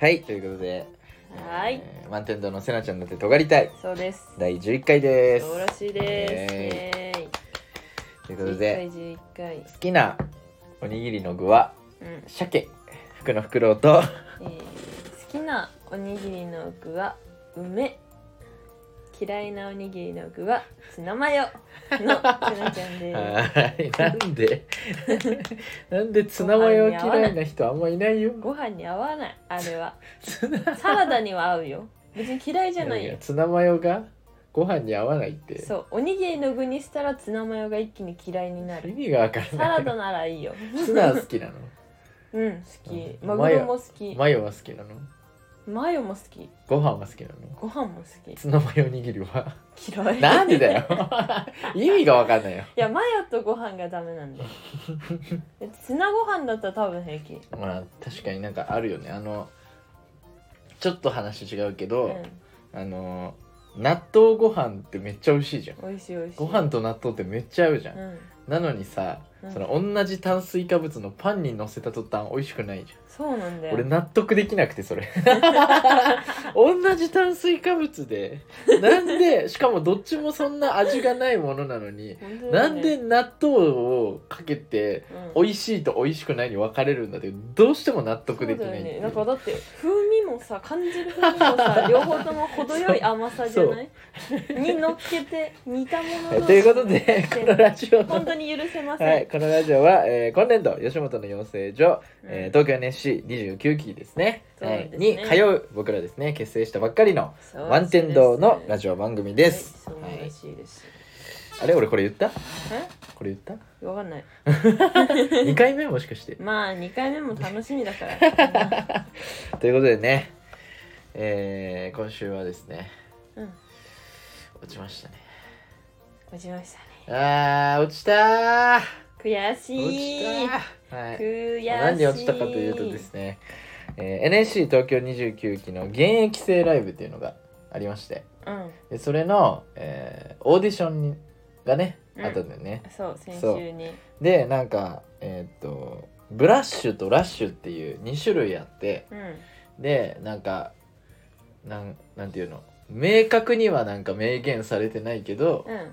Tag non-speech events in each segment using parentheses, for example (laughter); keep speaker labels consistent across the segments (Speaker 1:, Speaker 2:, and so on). Speaker 1: はい、ということで、
Speaker 2: はい
Speaker 1: えー満天堂のせなちゃんだって尖りたい
Speaker 2: そうです。
Speaker 1: 第11回です。
Speaker 2: そうらしいです。
Speaker 1: え
Speaker 2: イエーイ
Speaker 1: ーということ
Speaker 2: 11
Speaker 1: で
Speaker 2: 回、11回。
Speaker 1: 好きなおにぎりの具は
Speaker 2: うん。
Speaker 1: 鮭、福の袋と
Speaker 2: えー好きなおにぎりの具は梅嫌いなおにぎりの具はツナマヨのツナちゃん
Speaker 1: (laughs)
Speaker 2: で
Speaker 1: はーい、なんで (laughs) なんでツナマヨ嫌いな人あんまいないよ
Speaker 2: す。ご飯に合わないあれは
Speaker 1: ツナ
Speaker 2: サラダには合うよ別に嫌いじゃないよ
Speaker 1: ツナマヨがご飯に合わないって
Speaker 2: そうおにぎりの具にしたらツナマヨが一気に嫌いに
Speaker 1: (laughs)
Speaker 2: な
Speaker 1: 意
Speaker 2: る
Speaker 1: 味がわか
Speaker 2: サ
Speaker 1: らない。
Speaker 2: ラダならいいよ
Speaker 1: ツナ好
Speaker 2: (laughs)
Speaker 1: きなの
Speaker 2: うん好き
Speaker 1: うん
Speaker 2: マグロも好き
Speaker 1: マヨは好きなの
Speaker 2: マヨも好き
Speaker 1: ご飯は好きなの
Speaker 2: ご飯も好
Speaker 1: ツナマヨ握りは
Speaker 2: き嫌い
Speaker 1: なんでだ
Speaker 2: (laughs)
Speaker 1: よ意味がわかんないよ
Speaker 2: いやマヨとご飯がダメなんだよでツナご飯だったら多分平気
Speaker 1: まあ確かになんかあるよねあのちょっと話違うけど、
Speaker 2: う
Speaker 1: あの納豆ご飯ってめっちゃ美味しいじゃん
Speaker 2: ん美味しい美味しい
Speaker 1: ご飯と納豆ってめっちゃ合うじゃん、
Speaker 2: うん
Speaker 1: なのにさ、
Speaker 2: うん
Speaker 1: その同じ炭水化物のパンに乗せた途端美味しくないじゃん
Speaker 2: そうなんだよ
Speaker 1: 俺納得できなくてそれ (laughs) 同じ炭水化物でなんでしかもどっちもそんな味がないものなのに
Speaker 2: 本当だ
Speaker 1: な
Speaker 2: よね
Speaker 1: んで納豆をかけて
Speaker 2: うん
Speaker 1: 美味しいと美味しくないに分かれるんだってどうしても納得できないっ
Speaker 2: そうだ
Speaker 1: て
Speaker 2: よ
Speaker 1: い
Speaker 2: ね
Speaker 1: う
Speaker 2: なんかだって風味もさ感じる風味
Speaker 1: (laughs)
Speaker 2: もさ両方とも程よい甘さじゃないに乗っけて似たもの
Speaker 1: はい
Speaker 2: の
Speaker 1: ということ
Speaker 2: (laughs)
Speaker 1: でこのラジオ
Speaker 2: 本
Speaker 1: の
Speaker 2: 当に許せません、
Speaker 1: はい、このラジオは、えー今年度吉本の養成所、
Speaker 2: うん
Speaker 1: えー東京 NSC29 期ですね
Speaker 2: そうですね
Speaker 1: はい、に通う僕らですね結成したばっかりの
Speaker 2: そう
Speaker 1: 満天堂のラ
Speaker 2: ジ
Speaker 1: ジオ番組
Speaker 2: オ
Speaker 1: です、
Speaker 2: そう
Speaker 1: はい
Speaker 2: らしいです、
Speaker 1: あれ俺これ言ったこれ言った
Speaker 2: えわかんない
Speaker 1: 2回目もしか
Speaker 2: (laughs)
Speaker 1: して
Speaker 2: まあ2回目も楽しみだから
Speaker 1: (laughs) ということでねえー、今週はですね
Speaker 2: うん
Speaker 1: 落ちましたね
Speaker 2: 落ちましたね
Speaker 1: あー落ちたー
Speaker 2: 悔し
Speaker 1: 落
Speaker 2: い
Speaker 1: ちたー、はい、
Speaker 2: 悔しい
Speaker 1: 何で落ちたかというとですね、えー NSC 東京29期の現役生ライブっていうのがありまして
Speaker 2: うん
Speaker 1: でそれの、えーオーディションにがね
Speaker 2: うん
Speaker 1: あったんだよね、
Speaker 2: そう先週に
Speaker 1: でなんかえーっとブラッシュとラッシュっていう2種類あって
Speaker 2: うん
Speaker 1: でなんかなんなんていうの明確にはなんか明言されてないけど、
Speaker 2: うん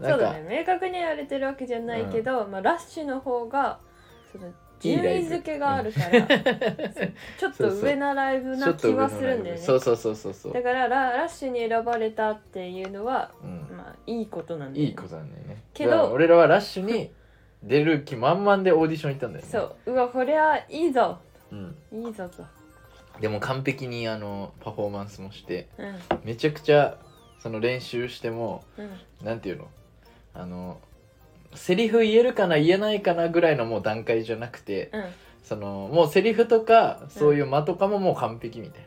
Speaker 2: そ
Speaker 1: なん
Speaker 2: う
Speaker 1: か
Speaker 2: だね明確に言われてるわけじゃないけど、まあ、ラッシュの方がそ
Speaker 1: い
Speaker 2: の
Speaker 1: い
Speaker 2: 順
Speaker 1: ライブ
Speaker 2: 位付けがあるか
Speaker 1: (laughs)
Speaker 2: ら、そうちょっと上なライブ
Speaker 1: ちょ
Speaker 2: な
Speaker 1: っと
Speaker 2: 気
Speaker 1: 上の
Speaker 2: はするんだ
Speaker 1: ライ
Speaker 2: よね
Speaker 1: ブそうそうそうそうそう
Speaker 2: だからララッシュに選ばれたっていうのは
Speaker 1: うん、
Speaker 2: まあいいことなんだよ、ね、
Speaker 1: いいことなんだよね
Speaker 2: けど
Speaker 1: だから俺らはラッシュに出る気満々でオーディション行ったんだよね
Speaker 2: そううわこれはいいぞ
Speaker 1: うん、
Speaker 2: いいぞと、
Speaker 1: でも完璧にあのパフォーマンスもして
Speaker 2: うん
Speaker 1: めちゃくちゃその練習しても
Speaker 2: うん、
Speaker 1: なんていうのあのセリフ言えるかな言えないかなぐらいのもう段階じゃなくて
Speaker 2: うん、
Speaker 1: そのもうセリフとかそういう間とかももう完璧みたいな。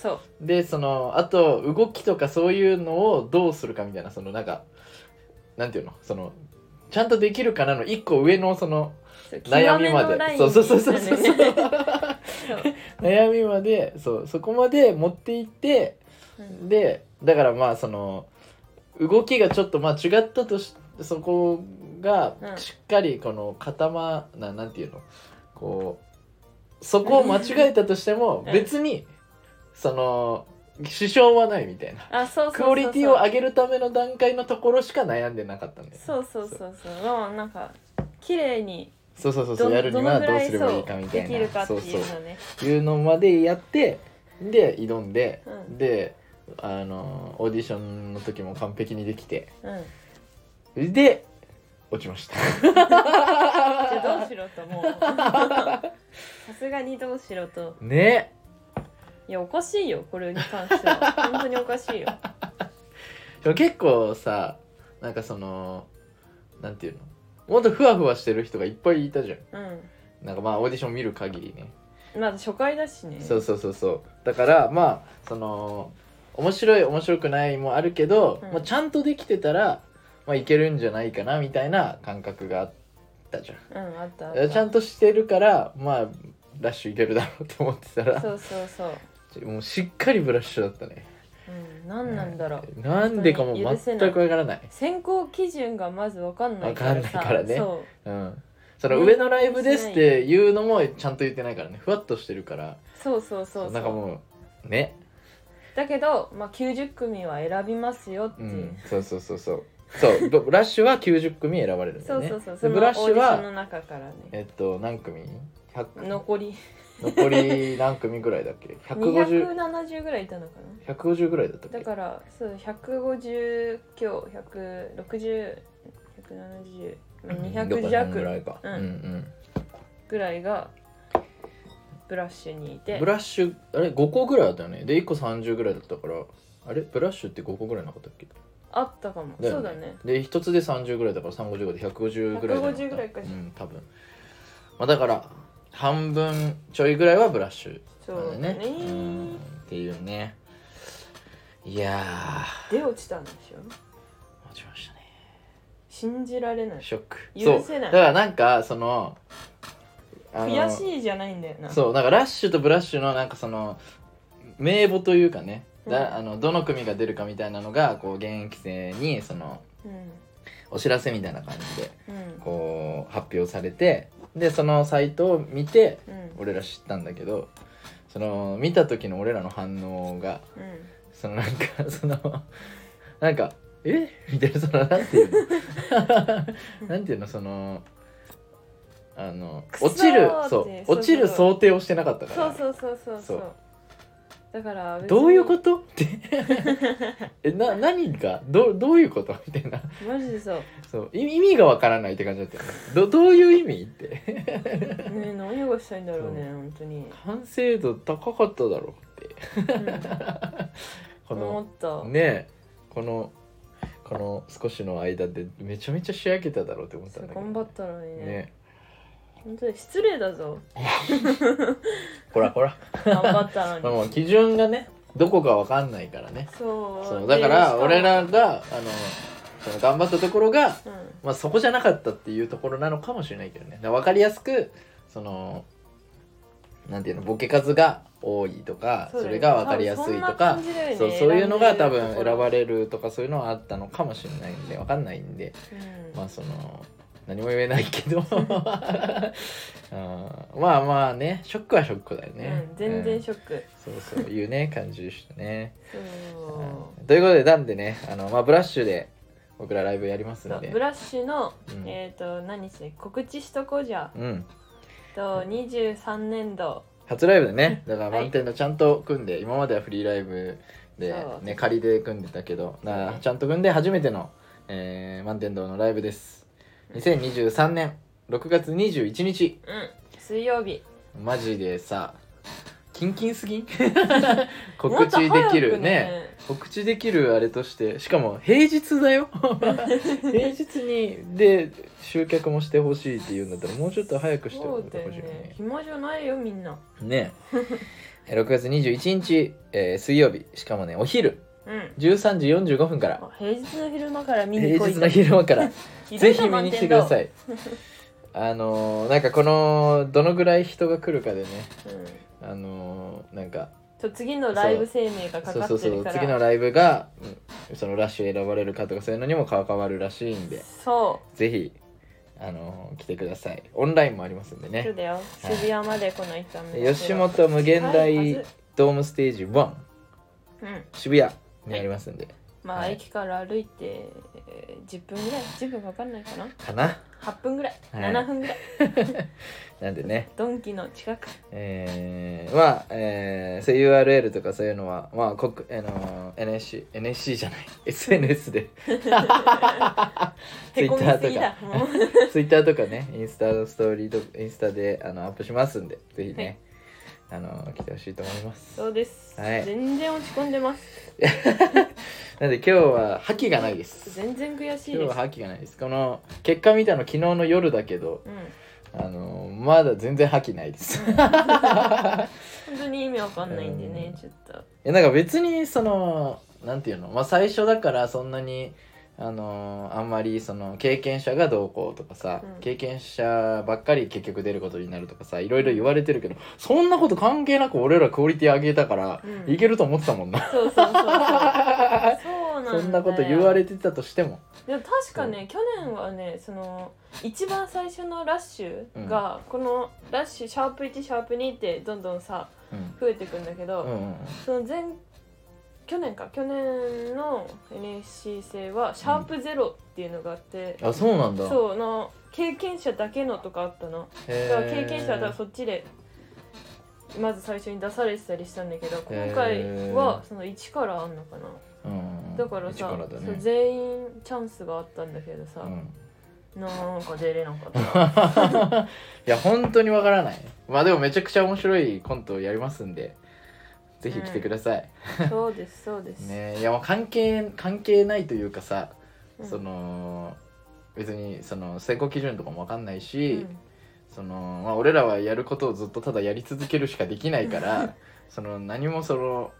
Speaker 2: そう
Speaker 1: でそのあと動きとかそういうのをどうするかみたいなそのなんかなんていうのそのちゃんとできるかなの一個上のその
Speaker 2: そう
Speaker 1: 悩みま
Speaker 2: 極めのライ
Speaker 1: で
Speaker 2: ン
Speaker 1: そうそうそうそうそう
Speaker 2: なんだよねそう
Speaker 1: 悩みまでそうそこまで持っていって
Speaker 2: うん
Speaker 1: でだからまあその動きがちょっとまあ違ったとしそこが
Speaker 2: うん
Speaker 1: しっかりこの固まななんていうのこうそこを間違えたとしても
Speaker 2: うん
Speaker 1: 別にその支障はないみたいな
Speaker 2: あそうそうそうそう
Speaker 1: クオリティを上げるための段階のところしか悩んでなかったんだよね
Speaker 2: そうそうそうそうまあなんか綺麗に
Speaker 1: そうそうそうそ
Speaker 2: ど
Speaker 1: うやるに
Speaker 2: どの
Speaker 1: は
Speaker 2: ぐ
Speaker 1: どう
Speaker 2: ら
Speaker 1: す
Speaker 2: い
Speaker 1: れ
Speaker 2: そ
Speaker 1: ばいういかみた
Speaker 2: で
Speaker 1: い
Speaker 2: きるか
Speaker 1: な
Speaker 2: っ
Speaker 1: そ
Speaker 2: て
Speaker 1: う
Speaker 2: い
Speaker 1: そう
Speaker 2: うのね
Speaker 1: いうのまでやってで挑んで、
Speaker 2: うん
Speaker 1: であのオーディションの時も完璧にできて
Speaker 2: うん
Speaker 1: で落ちました
Speaker 2: じゃあどうしろ
Speaker 1: (laughs)
Speaker 2: ともうさすがにどうしろと
Speaker 1: ね
Speaker 2: いやおかしいよこれに関しては本当におかしいよ
Speaker 1: でも結構さなんかそのなんていうのもっとふわふわしてる人がいっぱいいたじゃ
Speaker 2: うん
Speaker 1: んなんかまあオーディション見る限りね、
Speaker 2: まだ初回だしね
Speaker 1: そうそうそうそうだからまあその面白い面白くないもあるけど、
Speaker 2: うん
Speaker 1: まあ、ちゃんとできてたら、まあ、いけるんじゃないかなみたいな感覚があったじゃん
Speaker 2: うんあったあっ
Speaker 1: いや
Speaker 2: た
Speaker 1: ちゃんとしてるからまあラッシュいけるだろうと思ってたら
Speaker 2: そうそうそう
Speaker 1: もうしっかりブラッシュだったね
Speaker 2: うん何なんだろう、
Speaker 1: うんなんでかも
Speaker 2: 本当に許せ
Speaker 1: 全
Speaker 2: ない
Speaker 1: くわからない
Speaker 2: 選考基準がまず分かんないか
Speaker 1: わか
Speaker 2: ら
Speaker 1: んないからね
Speaker 2: そ
Speaker 1: うんその
Speaker 2: ね
Speaker 1: 上のライブですっていうのもちゃんと言ってないからねふわっとしてるから
Speaker 2: そうそうそうそ
Speaker 1: なんか
Speaker 2: う
Speaker 1: もうね
Speaker 2: だけど、まあ、90組は選びますよって
Speaker 1: う
Speaker 2: い
Speaker 1: ん
Speaker 2: う、
Speaker 1: そうそうそうそうそうブブラッシュは90組選ばれるんだ
Speaker 2: そ
Speaker 1: よ
Speaker 2: う
Speaker 1: ね
Speaker 2: そうそうそ
Speaker 1: で
Speaker 2: の
Speaker 1: ブ
Speaker 2: オー
Speaker 1: ラ
Speaker 2: デ
Speaker 1: ッ
Speaker 2: ィ
Speaker 1: シ
Speaker 2: シ
Speaker 1: ュ
Speaker 2: ョンの
Speaker 1: は
Speaker 2: 中からね
Speaker 1: えっと何組 ?100
Speaker 2: 残り
Speaker 1: 残り何組ぐらいだっけ150
Speaker 2: 270ぐらいいたのか
Speaker 1: 150ぐらいだったっ
Speaker 2: な
Speaker 1: け
Speaker 2: だからそう150今
Speaker 1: うんどこら辺ぐらい
Speaker 2: 日16017020弱
Speaker 1: か、
Speaker 2: うん
Speaker 1: うんうん
Speaker 2: ぐらいがブラッシュにいて
Speaker 1: ブラッシュあれ5個ぐらいだったよねで1個30ぐらいだったからあれブラッシュって5個ぐらいなかったっけ
Speaker 2: あったかも、
Speaker 1: だよね
Speaker 2: そうだね
Speaker 1: で1つで30ぐらいだから355で150ぐらいじゃなった
Speaker 2: 150ぐらいか
Speaker 1: うん多分まあだから半分ちょいぐらいはブラッシュ
Speaker 2: そう
Speaker 1: な
Speaker 2: だ
Speaker 1: んだ
Speaker 2: ね
Speaker 1: よねうんっていうねいや
Speaker 2: で落ちたんでしょ
Speaker 1: ー落ちましたね
Speaker 2: 信じられない
Speaker 1: ショック
Speaker 2: 許せな
Speaker 1: そうだ
Speaker 2: い
Speaker 1: からなんかそのあの
Speaker 2: 悔しいじゃないんだよな
Speaker 1: そうなんかラッシュとブラッシュのなんかその名簿というかね、
Speaker 2: うん
Speaker 1: だあのどの組が出るかみたいなのがこう現役生にその
Speaker 2: うん
Speaker 1: お知らせみたいな感じで
Speaker 2: うん
Speaker 1: こう発表されてでそのサイトを見て
Speaker 2: うん
Speaker 1: 俺ら知ったんだけどその見た時の俺らの反応が
Speaker 2: うん
Speaker 1: そのなんか (laughs) そのなんか「えみたいなそのなんていう
Speaker 2: (laughs)
Speaker 1: のなんていうのそのあの
Speaker 2: くそ
Speaker 1: 落
Speaker 2: ー
Speaker 1: ちる
Speaker 2: って
Speaker 1: そ
Speaker 2: そう
Speaker 1: う
Speaker 2: そう
Speaker 1: 落ちる想定をしてなかったから
Speaker 2: そうそうそうそうそ
Speaker 1: そうう
Speaker 2: だから別に
Speaker 1: どういうことって
Speaker 2: (laughs)
Speaker 1: えな何がどどういうことみたいな
Speaker 2: マジでそう
Speaker 1: そうい意味がわからないって感じだったよねどどういう意味って
Speaker 2: ねえ何がしたいんだろうね本当に、
Speaker 1: 完成度高かっただろうって
Speaker 2: う
Speaker 1: (laughs) こ
Speaker 2: ん、思
Speaker 1: の
Speaker 2: った、
Speaker 1: ねえこのこの少しの間でめちゃめちゃ仕上げただろうって思った
Speaker 2: そ
Speaker 1: ん
Speaker 2: う
Speaker 1: だけど
Speaker 2: 頑張ったのにね
Speaker 1: ね
Speaker 2: 本当に失礼だぞ
Speaker 1: ほらほ
Speaker 2: (laughs)
Speaker 1: ら
Speaker 2: 頑張った
Speaker 1: まあ (laughs)
Speaker 2: のに
Speaker 1: もう基準がねどこかわかんないからね
Speaker 2: そう
Speaker 1: そう
Speaker 2: で
Speaker 1: だか
Speaker 2: し
Speaker 1: ら
Speaker 2: も
Speaker 1: 俺らがあのその頑張ったところが
Speaker 2: うん
Speaker 1: まあ、そこじゃなかったっていうところなのかもしれないけどね分かりやすくそのなんていうのボケ数が多いとかそ,、
Speaker 2: うだよね
Speaker 1: れが分かりやすいとか
Speaker 2: 多分そんな感じだよね
Speaker 1: そうそういうのが多分選
Speaker 2: 選べるところ
Speaker 1: ばれるとかそういうのはあったのかもしれないんで分かんないんで
Speaker 2: うん
Speaker 1: まあその何も言えないけ
Speaker 2: (laughs)
Speaker 1: どうんまあまあねショックはショックだよね、
Speaker 2: うん、全
Speaker 1: う
Speaker 2: 然
Speaker 1: ん
Speaker 2: ショック、
Speaker 1: そうそういうね感じでしたね、
Speaker 2: そう
Speaker 1: うんということでなんでねあの、まあ、ブラッシュで僕らライブやります
Speaker 2: そ
Speaker 1: の
Speaker 2: う
Speaker 1: で
Speaker 2: ブラッシュの、
Speaker 1: うん
Speaker 2: えっ、と何して告知しとこうじゃ
Speaker 1: うん
Speaker 2: と23年度
Speaker 1: 初ライブでねだから
Speaker 2: はい
Speaker 1: 満点のちゃんと組んで、今まではフリーライブで、
Speaker 2: そう
Speaker 1: ね、仮で組んでたけどだからちゃんと組んで初めての、えー、満点堂のライブです2023年6月21日
Speaker 2: うん水曜日
Speaker 1: マジでさキンキンす
Speaker 2: (laughs)
Speaker 1: ぎん
Speaker 2: も
Speaker 1: 告
Speaker 2: っと早
Speaker 1: 知
Speaker 2: く
Speaker 1: できるね告知できるあれとしてしかも平日だ
Speaker 2: (laughs)
Speaker 1: よ平日にで集客もしてほしいっていうんだったらもうちょっと早くして
Speaker 2: そ
Speaker 1: ほ
Speaker 2: う
Speaker 1: しい
Speaker 2: だよ
Speaker 1: よ
Speaker 2: ね
Speaker 1: ね
Speaker 2: 暇じゃないよみんな
Speaker 1: ねえ6月21日、えー水曜日しかもねお昼
Speaker 2: うん
Speaker 1: 13時45分から
Speaker 2: あ平日の昼間から見に
Speaker 1: 平
Speaker 2: 来い
Speaker 1: 日の昼間から
Speaker 2: (laughs) 昼
Speaker 1: ぜひ見に来てくださ
Speaker 2: い、
Speaker 1: いあのーなんかこのどのぐらい人が来るかでね
Speaker 2: うん、
Speaker 1: あのーなんか
Speaker 2: と次のライブ生命がか
Speaker 1: そう
Speaker 2: か
Speaker 1: そう
Speaker 2: って
Speaker 1: そ
Speaker 2: る
Speaker 1: う
Speaker 2: から
Speaker 1: 次のライブがうんそのラッシュ選ばれるかとかそういうのにも関わるらしいんで
Speaker 2: そ
Speaker 1: ぜひあのー来てくださいオンラインもありますんで
Speaker 2: うそう
Speaker 1: ね
Speaker 2: だよ
Speaker 1: はい
Speaker 2: 渋谷までこの痛み
Speaker 1: 吉本無限
Speaker 2: はい
Speaker 1: 大
Speaker 2: はず
Speaker 1: ドームステージ1
Speaker 2: うん
Speaker 1: 渋谷にありますんで
Speaker 2: まあ、
Speaker 1: はい
Speaker 2: 駅から歩いてえー10分ぐらい10分かかんないかな
Speaker 1: かな
Speaker 2: 8分ぐらい、
Speaker 1: はい
Speaker 2: 7分ぐらい
Speaker 1: なんでね、
Speaker 2: ドンキの近く
Speaker 1: えー、まあ、えー、そういう URL とかそういうのは、まあ、国、あのー、NSC、NSC じゃない、SNS (laughs) で、
Speaker 2: へこみすぎだ
Speaker 1: Twitter
Speaker 2: もう
Speaker 1: (laughs) Twitter とかね、インスタのストーリーと、インスタであのアップしますんで、ぜひね、あのー、来てほしいと思います。
Speaker 2: そうです、
Speaker 1: はい
Speaker 2: 全然落ち込んでます
Speaker 1: なんで今日は覇気がないです。
Speaker 2: 全然悔しい
Speaker 1: 今日
Speaker 2: で
Speaker 1: は
Speaker 2: す
Speaker 1: 覇気がないです。この、結果見たの昨日の夜だけど、
Speaker 2: うん
Speaker 1: あのー、まだ全然覇気ないです。
Speaker 2: 本当に意味わかんないんでね
Speaker 1: うん
Speaker 2: ちょっと
Speaker 1: いやなんか別にそのなんていうの、まあ、最初だからそんなにあのーあんまりその経験者がどうこうとかさ、
Speaker 2: うん
Speaker 1: 経験者ばっかり結局出ることになるとかさいろいろ言われてるけどそんなこと関係なく俺らクオリティ上げたから、(laughs)
Speaker 2: うん
Speaker 1: いけると思ってたもんな。
Speaker 2: そうそうそうそうそうだ
Speaker 1: そ
Speaker 2: よ
Speaker 1: んなこと言われてたとしても
Speaker 2: でも確かね去年はねその一番最初のラッシュが、このラッシュシャープ1シャープ2ってどんどんさ
Speaker 1: うん
Speaker 2: 増えていくんだけど、
Speaker 1: うんうん
Speaker 2: その前去年か去年の NSC 制はシャープゼロっていうのがあって、
Speaker 1: あそうなんだ
Speaker 2: そうの経験者だけのとかあったの、
Speaker 1: へ
Speaker 2: だから
Speaker 1: ー
Speaker 2: 経験者は多分そっちでまず最初に出されてたりしたんだけど今
Speaker 1: へ
Speaker 2: 回
Speaker 1: ー
Speaker 2: はその1からあんのかな、
Speaker 1: うんうん
Speaker 2: だから
Speaker 1: 一
Speaker 2: さ
Speaker 1: だ
Speaker 2: そう
Speaker 1: ね
Speaker 2: 全員チャンスがあったんだけどさ、
Speaker 1: うん
Speaker 2: なんか出れなか
Speaker 1: (laughs)
Speaker 2: った。
Speaker 1: いや本当にわからないまあでもめちゃくちゃ面白いコントをやりますんでぜひ来てください、
Speaker 2: そうです、そうです。
Speaker 1: ねいやもう関係関係ないというかさ、
Speaker 2: うん
Speaker 1: その別にその選考基準とかもわかんないし、そのまあ、俺らはやることをずっとただやり続けるしかできないから
Speaker 2: (laughs)
Speaker 1: その何もその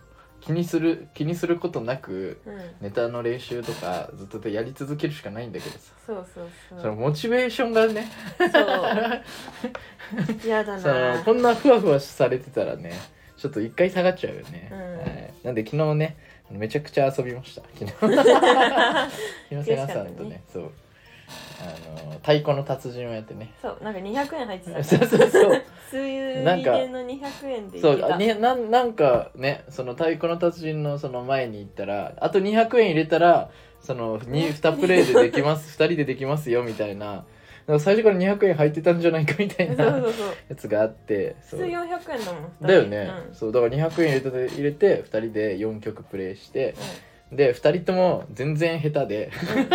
Speaker 1: 気にする気にすることなく
Speaker 2: うん、うん、
Speaker 1: ネタの練習とかずっとやり続けるしかないんだけどさ、
Speaker 2: そうそう
Speaker 1: そ
Speaker 2: そ
Speaker 1: の
Speaker 2: う。
Speaker 1: モチベーションがね
Speaker 2: そう。やだ
Speaker 1: その
Speaker 2: な。
Speaker 1: こんなふわふわされてたらねちょっと一回下がっちゃうよね、
Speaker 2: うん
Speaker 1: はい、なんで昨日ねめちゃくちゃ遊びました
Speaker 2: (laughs)
Speaker 1: 昨日昨日瀬川さんとねそうあの太鼓の達人をやってね
Speaker 2: そう、なんか二百円入ってた。
Speaker 1: そうそうそう
Speaker 2: 数遊
Speaker 1: なん
Speaker 2: 入
Speaker 1: か
Speaker 2: れの二百円でいけ
Speaker 1: そ
Speaker 2: た。
Speaker 1: うあねなんなんかねその太鼓の達人のその前に行ったらあと200円入れたらその 2, プレイででき
Speaker 2: (laughs)
Speaker 1: ます2人でできますよみたいななんか最初から200円入ってたんじゃないかみた
Speaker 2: そ
Speaker 1: いう
Speaker 2: そ
Speaker 1: な
Speaker 2: うそう。
Speaker 1: やつがあって
Speaker 2: 普
Speaker 1: そう
Speaker 2: 通四百円だもん。
Speaker 1: だよね、
Speaker 2: うん
Speaker 1: そうだから200円入れた入れて2人で4曲プレイしてで2人とも全然下手で
Speaker 2: うん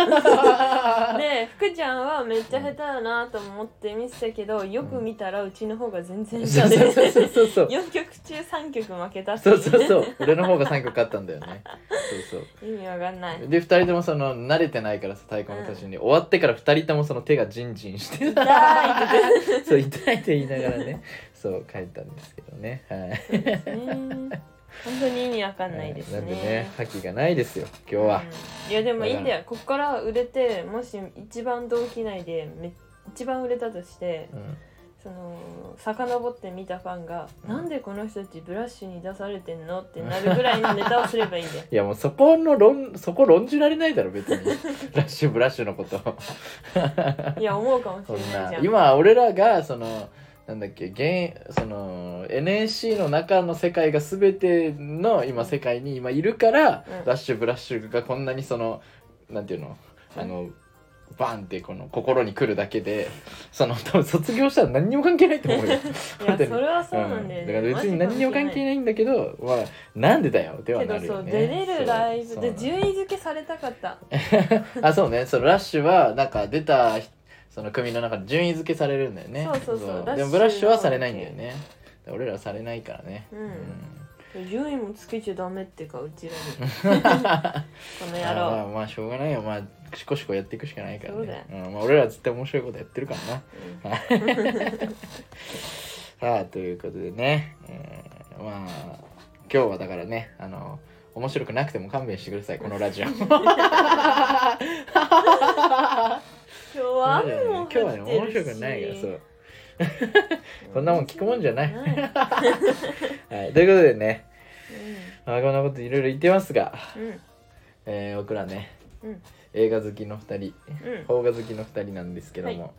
Speaker 2: で、福ちゃんはめっちゃ下手だなと思って見てたけど、よく見たらうちの方が
Speaker 1: (laughs)
Speaker 2: 全然
Speaker 1: そ
Speaker 2: 下
Speaker 1: う
Speaker 2: 手
Speaker 1: そうそうそう
Speaker 2: で。
Speaker 1: そうそう
Speaker 2: 四曲中三曲負けたってい
Speaker 1: そううそうそう俺の方が3曲勝ったんだよねそうそう
Speaker 2: 意味わかんない。
Speaker 1: で2人ともその慣れてないからさ太鼓の達人に、終わってから2人ともその手がジンジンして
Speaker 2: 痛いって
Speaker 1: そう痛いって言いながらねそう書いたんですけどねはい
Speaker 2: そうですね。本当に意味わかんないですね。
Speaker 1: なんでね覇気がないですよ今日は、
Speaker 2: うんいやでもいいんだよ。こっから売れて、もし一番同期内でめ一番売れたとして、
Speaker 1: うん
Speaker 2: その遡って見たファンが、
Speaker 1: うん。
Speaker 2: なんでこの人たちブラッシュに出されてんのってなるぐらいのネタをすればいいんだよ
Speaker 1: いやもうそこの論そこ論じられないだろ
Speaker 2: (laughs)
Speaker 1: 別にラッシュブラッシュのこと (laughs)
Speaker 2: いや思うかもし
Speaker 1: そ
Speaker 2: れ
Speaker 1: ん
Speaker 2: ないじ
Speaker 1: な
Speaker 2: ゃん。
Speaker 1: 今俺らがそのなんだっけ現その NSC の中の世界が全ての今世界に今いるから、
Speaker 2: うん
Speaker 1: ラッシュブラッシュがこんなにそのなんていうのあの、バンってこの心に来るだけでその多分卒業したら何にも関係ないと
Speaker 2: (laughs)
Speaker 1: 思うよ
Speaker 2: いやそれはそうなんだよね。
Speaker 1: うんだから別に何にも関係
Speaker 2: ない。
Speaker 1: ないんだけどまあなんでだよでは
Speaker 2: け
Speaker 1: な
Speaker 2: ど
Speaker 1: る
Speaker 2: そ
Speaker 1: よ
Speaker 2: う
Speaker 1: ね
Speaker 2: 出れるライ
Speaker 1: そ
Speaker 2: ブ
Speaker 1: う
Speaker 2: で
Speaker 1: そうなんだよ
Speaker 2: 順位付けされたかった。
Speaker 1: あそうねそのラッシュはなんか出たその組の中で順位付けされるんだよね
Speaker 2: そうそうそう
Speaker 1: でもブラッシュはされないんだよね俺らはされないからね
Speaker 2: うん順位もつけちゃダメってかうちらに
Speaker 1: (laughs)
Speaker 2: この
Speaker 1: まあ
Speaker 2: 野
Speaker 1: まあ
Speaker 2: 郎。
Speaker 1: まあしょうがないよまあシコシコやっていくしかないから
Speaker 2: そ
Speaker 1: ね
Speaker 2: うだよ
Speaker 1: んまあ、俺らは絶対面白いことやってるからな
Speaker 2: うん
Speaker 1: さあということでね、えーまあ今日はだからねあの面白くなくても勘弁してくださいこのラジオ (laughs)
Speaker 2: 今日は雨も降
Speaker 1: 今
Speaker 2: っ
Speaker 1: 日
Speaker 2: てるし
Speaker 1: はね面白くないからそうこんなもん聞くもんじゃない
Speaker 2: 面白くない
Speaker 1: はい、ということでね、まあ、こんなこといろいろ言ってますが、
Speaker 2: うんうん
Speaker 1: えー僕らね
Speaker 2: うん
Speaker 1: 映画好きの2人
Speaker 2: う
Speaker 1: 邦
Speaker 2: ん
Speaker 1: 画好きの2人なんですけども、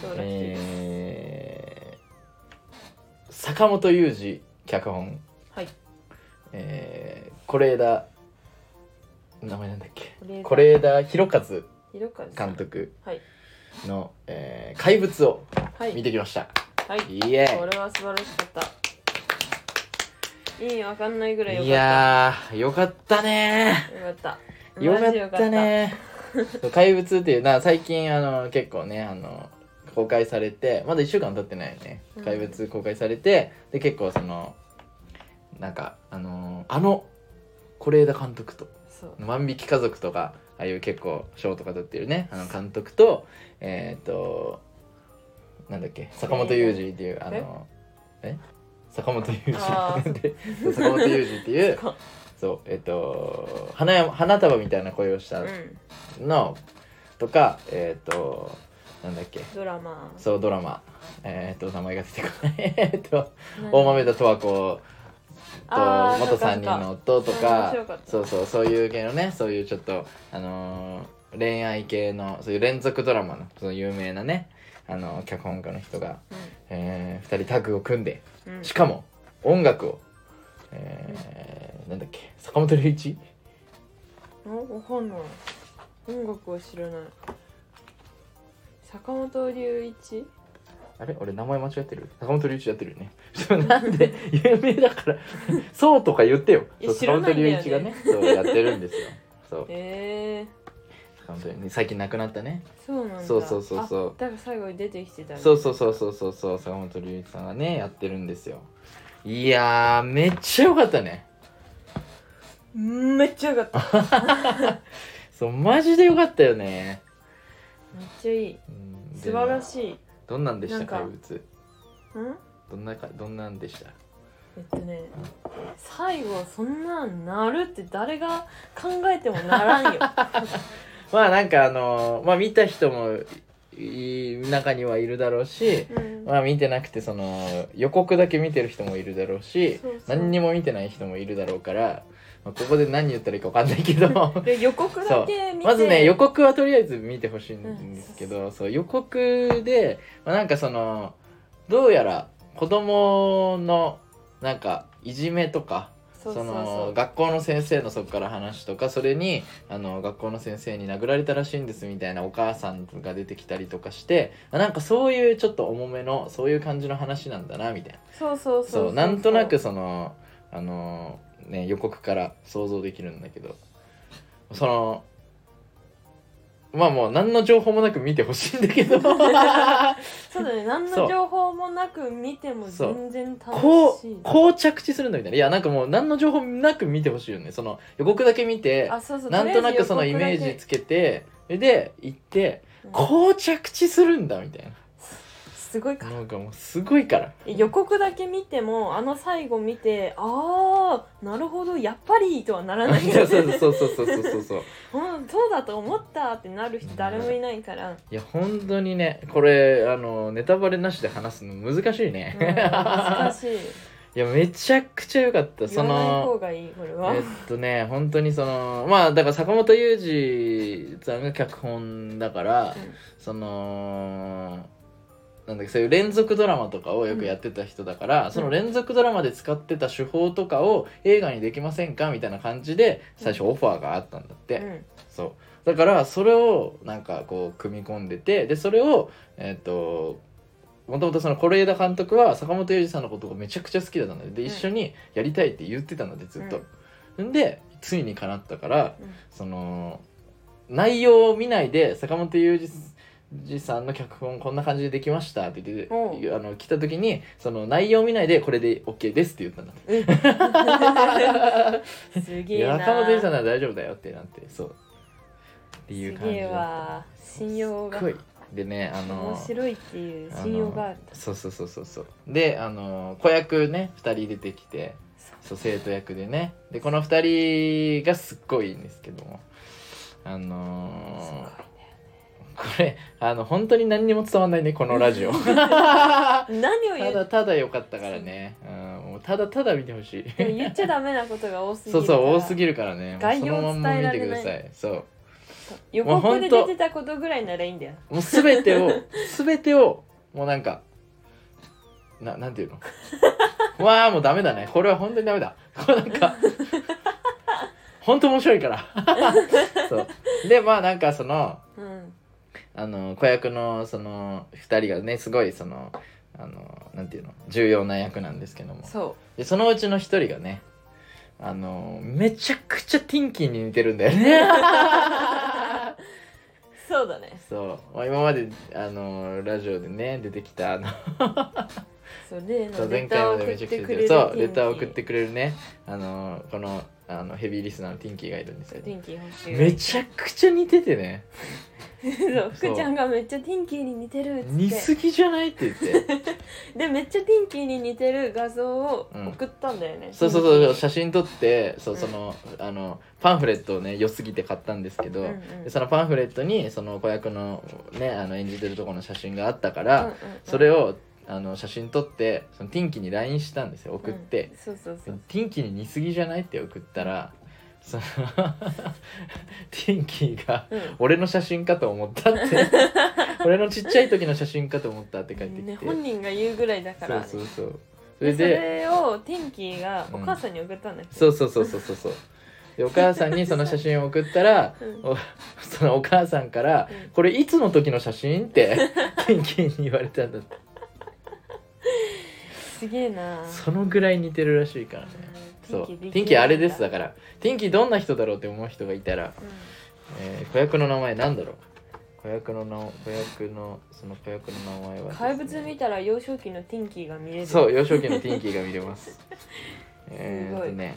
Speaker 2: そうらしいです
Speaker 1: えー坂本雄二脚本、
Speaker 2: はい
Speaker 1: えー、是枝名前なんだっけ是
Speaker 2: これ
Speaker 1: 枝裕和
Speaker 2: 広川さん
Speaker 1: 監督
Speaker 2: はい
Speaker 1: の、えー怪物」を
Speaker 2: はい
Speaker 1: 見てきました、
Speaker 2: はい
Speaker 1: イエ
Speaker 2: これは素晴らしかった意味わかんないぐらい
Speaker 1: ーい
Speaker 2: よかっ
Speaker 1: やーよかったねー
Speaker 2: たよかったマジ
Speaker 1: よかったねそう (laughs) 怪物っていうな最近あの結構ねあの公開されてまだ1週間経ってないよね
Speaker 2: うん
Speaker 1: 怪物公開されて、で結構そのなんかあのあの是枝監督と
Speaker 2: そう
Speaker 1: (laughs) 「万引き家族」とかああいう結構賞とか取ってるねあの監督とえっ、となんだっけ坂本雄二っていうあのえ坂本雄
Speaker 2: あ
Speaker 1: 二
Speaker 2: ー
Speaker 1: (laughs) で坂本雄二っていう
Speaker 2: そ
Speaker 1: そうえっ、と花や花束みたいな声をした
Speaker 2: うん
Speaker 1: のとかえっ、となんだっけ
Speaker 2: ドラマ
Speaker 1: そうドラマえっ、と名前が出てこないえっと
Speaker 2: 何
Speaker 1: 大豆田十和子
Speaker 2: あー
Speaker 1: 元
Speaker 2: そうか
Speaker 1: 3人の夫と
Speaker 2: 面
Speaker 1: か
Speaker 2: 白かった
Speaker 1: そうそうそういう系のねそういうちょっとあのー恋愛系のそういう連続ドラマのその有名なねあの脚本家の人が、え2人タッグを組んで
Speaker 2: うんうん
Speaker 1: しかも音楽を、えーなんだっけ坂本龍一
Speaker 2: わかんない音楽は知らない坂本龍一
Speaker 1: あれ俺名前間違ってる坂本龍一やってるよね (laughs) そうなんで有名だからそうとか言ってよ
Speaker 2: い
Speaker 1: そ
Speaker 2: や
Speaker 1: う
Speaker 2: 知
Speaker 1: 坂
Speaker 2: らな
Speaker 1: 本
Speaker 2: い
Speaker 1: 龍
Speaker 2: んだよね
Speaker 1: 一がねそうやってるんですよそう
Speaker 2: えー、
Speaker 1: 坂本龍一最近亡くなったね
Speaker 2: そうなんだ
Speaker 1: そうそうそうそう
Speaker 2: あだから最後に出てきてたね
Speaker 1: そうそうそうそうそうそう坂本龍一さんがねやってるんですよいやーめっちゃ良かったね
Speaker 2: めっちゃよかった
Speaker 1: そうマジで良かったよね、
Speaker 2: めっちゃいい
Speaker 1: うん
Speaker 2: 素晴ら
Speaker 1: い
Speaker 2: しいん
Speaker 1: どんなんでし
Speaker 2: な
Speaker 1: た
Speaker 2: んか
Speaker 1: 怪物どんなかどんなんでした
Speaker 2: えっとね最後そんなんなるって誰が考えてもなら
Speaker 1: (laughs)
Speaker 2: んよ
Speaker 1: まあなんかあのーまあ見た人もいい中にはいるだろうし、
Speaker 2: うん
Speaker 1: まあ見てなくてその予告だけ見てる人もいるだろうし
Speaker 2: そうそう
Speaker 1: 何にも見てない人もいるだろうから、まあここで何言ったらいいか分かんないけ (laughs) ど
Speaker 2: で予告だけ見て
Speaker 1: まずね予告はとりあえず見てほしいんですけど、そう予告で、まあ、なんかそのどうやら子供のなんかいじめとかそ
Speaker 2: そ
Speaker 1: う
Speaker 2: そうそ
Speaker 1: の
Speaker 2: う
Speaker 1: 学校の先生のそこから話とかそれにあの学校の先生に殴られたらしいんですみたいなお母さんが出てきたりとかしてあなんかそういうちょっと重めのそういう感じの話なんだなみたいな
Speaker 2: そうそうそう
Speaker 1: そうなんとなくそのあの、ね、予告から想像できるんだけどそのまあもう何の情報もなく見てほしいんだけ
Speaker 2: (laughs)
Speaker 1: ど
Speaker 2: そうだね何
Speaker 1: そ
Speaker 2: の
Speaker 1: う
Speaker 2: 情報もなく見ても全然楽
Speaker 1: こ
Speaker 2: しいう
Speaker 1: こう着地するんだみたいないやなんかもう何の情報もなく見てほしいよねその予告だけ見て
Speaker 2: あそうそう
Speaker 1: なんとなくその
Speaker 2: とり
Speaker 1: イ
Speaker 2: あ
Speaker 1: メ
Speaker 2: え
Speaker 1: ー
Speaker 2: ず
Speaker 1: ジ
Speaker 2: 予
Speaker 1: つけてで行って
Speaker 2: 告だけ
Speaker 1: こう着地するんだみたい
Speaker 2: うんすごい
Speaker 1: な
Speaker 2: か
Speaker 1: なんかもうすごいから
Speaker 2: 予告だけ見てもあの最後見てああなるほどやっぱりとはならな
Speaker 1: (laughs)
Speaker 2: い
Speaker 1: いやそうそうそうそうそうそうそう
Speaker 2: (laughs) うんそうだと思ったってなる人誰もいないから、
Speaker 1: いや本当にねこれあのネタバレなしで話すの難しいね、
Speaker 2: うん、難しい
Speaker 1: (laughs) いやめちゃくちゃ良かったそ
Speaker 2: 言わない方
Speaker 1: の
Speaker 2: がいいこれは、
Speaker 1: えっとね本当にそのまあだから坂本裕二さんが脚本だから、そのなんだっけそういう連続ドラマとかをよくやってた人だから、その連続ドラマで使ってた手法とかを映画にできませんかみたいな感じで最初オファーがあったんだって、
Speaker 2: うんうん
Speaker 1: そうだからそれをなんかこう組み込んでてでそれをえっ、ともともとその是枝監督は坂本龍二さんのことがめちゃくちゃ好きだったのでで
Speaker 2: うん
Speaker 1: 一緒にやりたいって言ってたのでずっと。ん、でついに叶ったから
Speaker 2: うん
Speaker 1: その内容を見ないで坂本雄二さんの脚本こんな感じでできましたって言ってあの来た時にその内容を見ないでこれで OK ですって言
Speaker 2: (laughs)
Speaker 1: ったんだって
Speaker 2: え (laughs) す
Speaker 1: い
Speaker 2: げえ
Speaker 1: や
Speaker 2: な
Speaker 1: 坂本雄二さんなら大丈夫だよってなってそうっていう感じ
Speaker 2: すげえ
Speaker 1: だっ
Speaker 2: わ
Speaker 1: た
Speaker 2: 信用が
Speaker 1: すっごいでねあの
Speaker 2: 面白いっていう信用がある
Speaker 1: のそうそうそうそうそうであの子役ね2人出てきてそう生徒役でねでこの2人がすっごいいいんですけどもあのー
Speaker 2: すごいね
Speaker 1: これあの本当に何にも伝わんないねこのラ
Speaker 2: (laughs)
Speaker 1: ジオ
Speaker 2: 何を
Speaker 1: (laughs) た
Speaker 2: 言う
Speaker 1: だただ良かったからね、うん、もうただただ見てほしい
Speaker 2: でも言っちゃダメなことが多すぎ
Speaker 1: そ
Speaker 2: る
Speaker 1: う
Speaker 2: から
Speaker 1: そう多すぎるからねもう
Speaker 2: 概
Speaker 1: そ
Speaker 2: 要
Speaker 1: のまんま見てくだ
Speaker 2: 伝えら
Speaker 1: さいそう
Speaker 2: 予
Speaker 1: もうほ
Speaker 2: 告
Speaker 1: ん
Speaker 2: で
Speaker 1: と
Speaker 2: 出てたことぐらいならいいんだよ
Speaker 1: もう全て (laughs) を全てをもうなんかななんていう (laughs) のわあもうダメだねこれは本当にダメだこうなんか本当面白い (laughs) からそうでまあなんかその
Speaker 2: うん
Speaker 1: あの子役のその2人がねすごいそのあのなんていうの重要な役なんですけども
Speaker 2: そ
Speaker 1: でそのうちの1人がねあのめちゃくちゃティンキーに似てるんだよね
Speaker 2: うそうだね
Speaker 1: そう、まあ、今まであのラジオでね出てきたあの
Speaker 2: そう例
Speaker 1: そう
Speaker 2: のレ
Speaker 1: 前
Speaker 2: タ
Speaker 1: 回
Speaker 2: ーを
Speaker 1: まで
Speaker 2: 送
Speaker 1: め
Speaker 2: っ
Speaker 1: ちゃ
Speaker 2: て
Speaker 1: くちゃ
Speaker 2: く
Speaker 1: 出
Speaker 2: れ
Speaker 1: て
Speaker 2: る
Speaker 1: そうレターを送っ
Speaker 2: く
Speaker 1: てくれるねあのこのあのヘビーリスナーのティンキーがいるんですけど
Speaker 2: 天気欲しい
Speaker 1: めちゃくちゃ似ててね
Speaker 2: そう福ちゃんがめっちゃティンキーに似てるっ
Speaker 1: 似
Speaker 2: つっ
Speaker 1: すぎじゃないって言って (laughs)
Speaker 2: てでめっちゃティンキーに似てる画像を送ったんだよね、
Speaker 1: そうそう
Speaker 2: ティン
Speaker 1: そう
Speaker 2: キ
Speaker 1: 写真撮ってそう
Speaker 2: うん
Speaker 1: その,、あのパンフレットをね良すぎて買ったんですけど、
Speaker 2: ーにうんうん
Speaker 1: でそのパンフレットにその子役のねあの演じてるところの写真があったか
Speaker 2: う
Speaker 1: ら、
Speaker 2: んうんうん
Speaker 1: それをあの写真撮ってそのティンキに LINE したんですよ送って
Speaker 2: うん、そうそうそう
Speaker 1: ティンキに似すぎじゃないって送ったらそのティンキが
Speaker 2: うん
Speaker 1: 俺の写真かと思ったって (laughs) 俺のちっちゃい時の写真かと思ったって帰ってきて、
Speaker 2: ね、本人が言うぐらいだから
Speaker 1: そうそうそうそ
Speaker 2: そ
Speaker 1: れ
Speaker 2: れ
Speaker 1: で
Speaker 2: をテンキーがお母さんに送ったんだっけ、
Speaker 1: そううそうそうそうそうそうでお母さんにその写真を送ったら
Speaker 2: うん
Speaker 1: お (laughs) そのお母さんから
Speaker 2: う
Speaker 1: 「
Speaker 2: ん
Speaker 1: これいつの時の写真?」 (laughs) ってティンキーに言われたんだって
Speaker 2: すげえな
Speaker 1: そのぐらい似てるらしいからねそう
Speaker 2: テ
Speaker 1: ティンキーあれですだ
Speaker 2: だ
Speaker 1: からティンキーどんな人だろうって思う人がいたら、えー子役の名前なんだろう子役の名を子役のその子役の名前はですね、
Speaker 2: 怪物見たら幼少期のティンキーが見れる
Speaker 1: そう幼少期のティンキーが見れます
Speaker 2: (laughs)
Speaker 1: えーっとね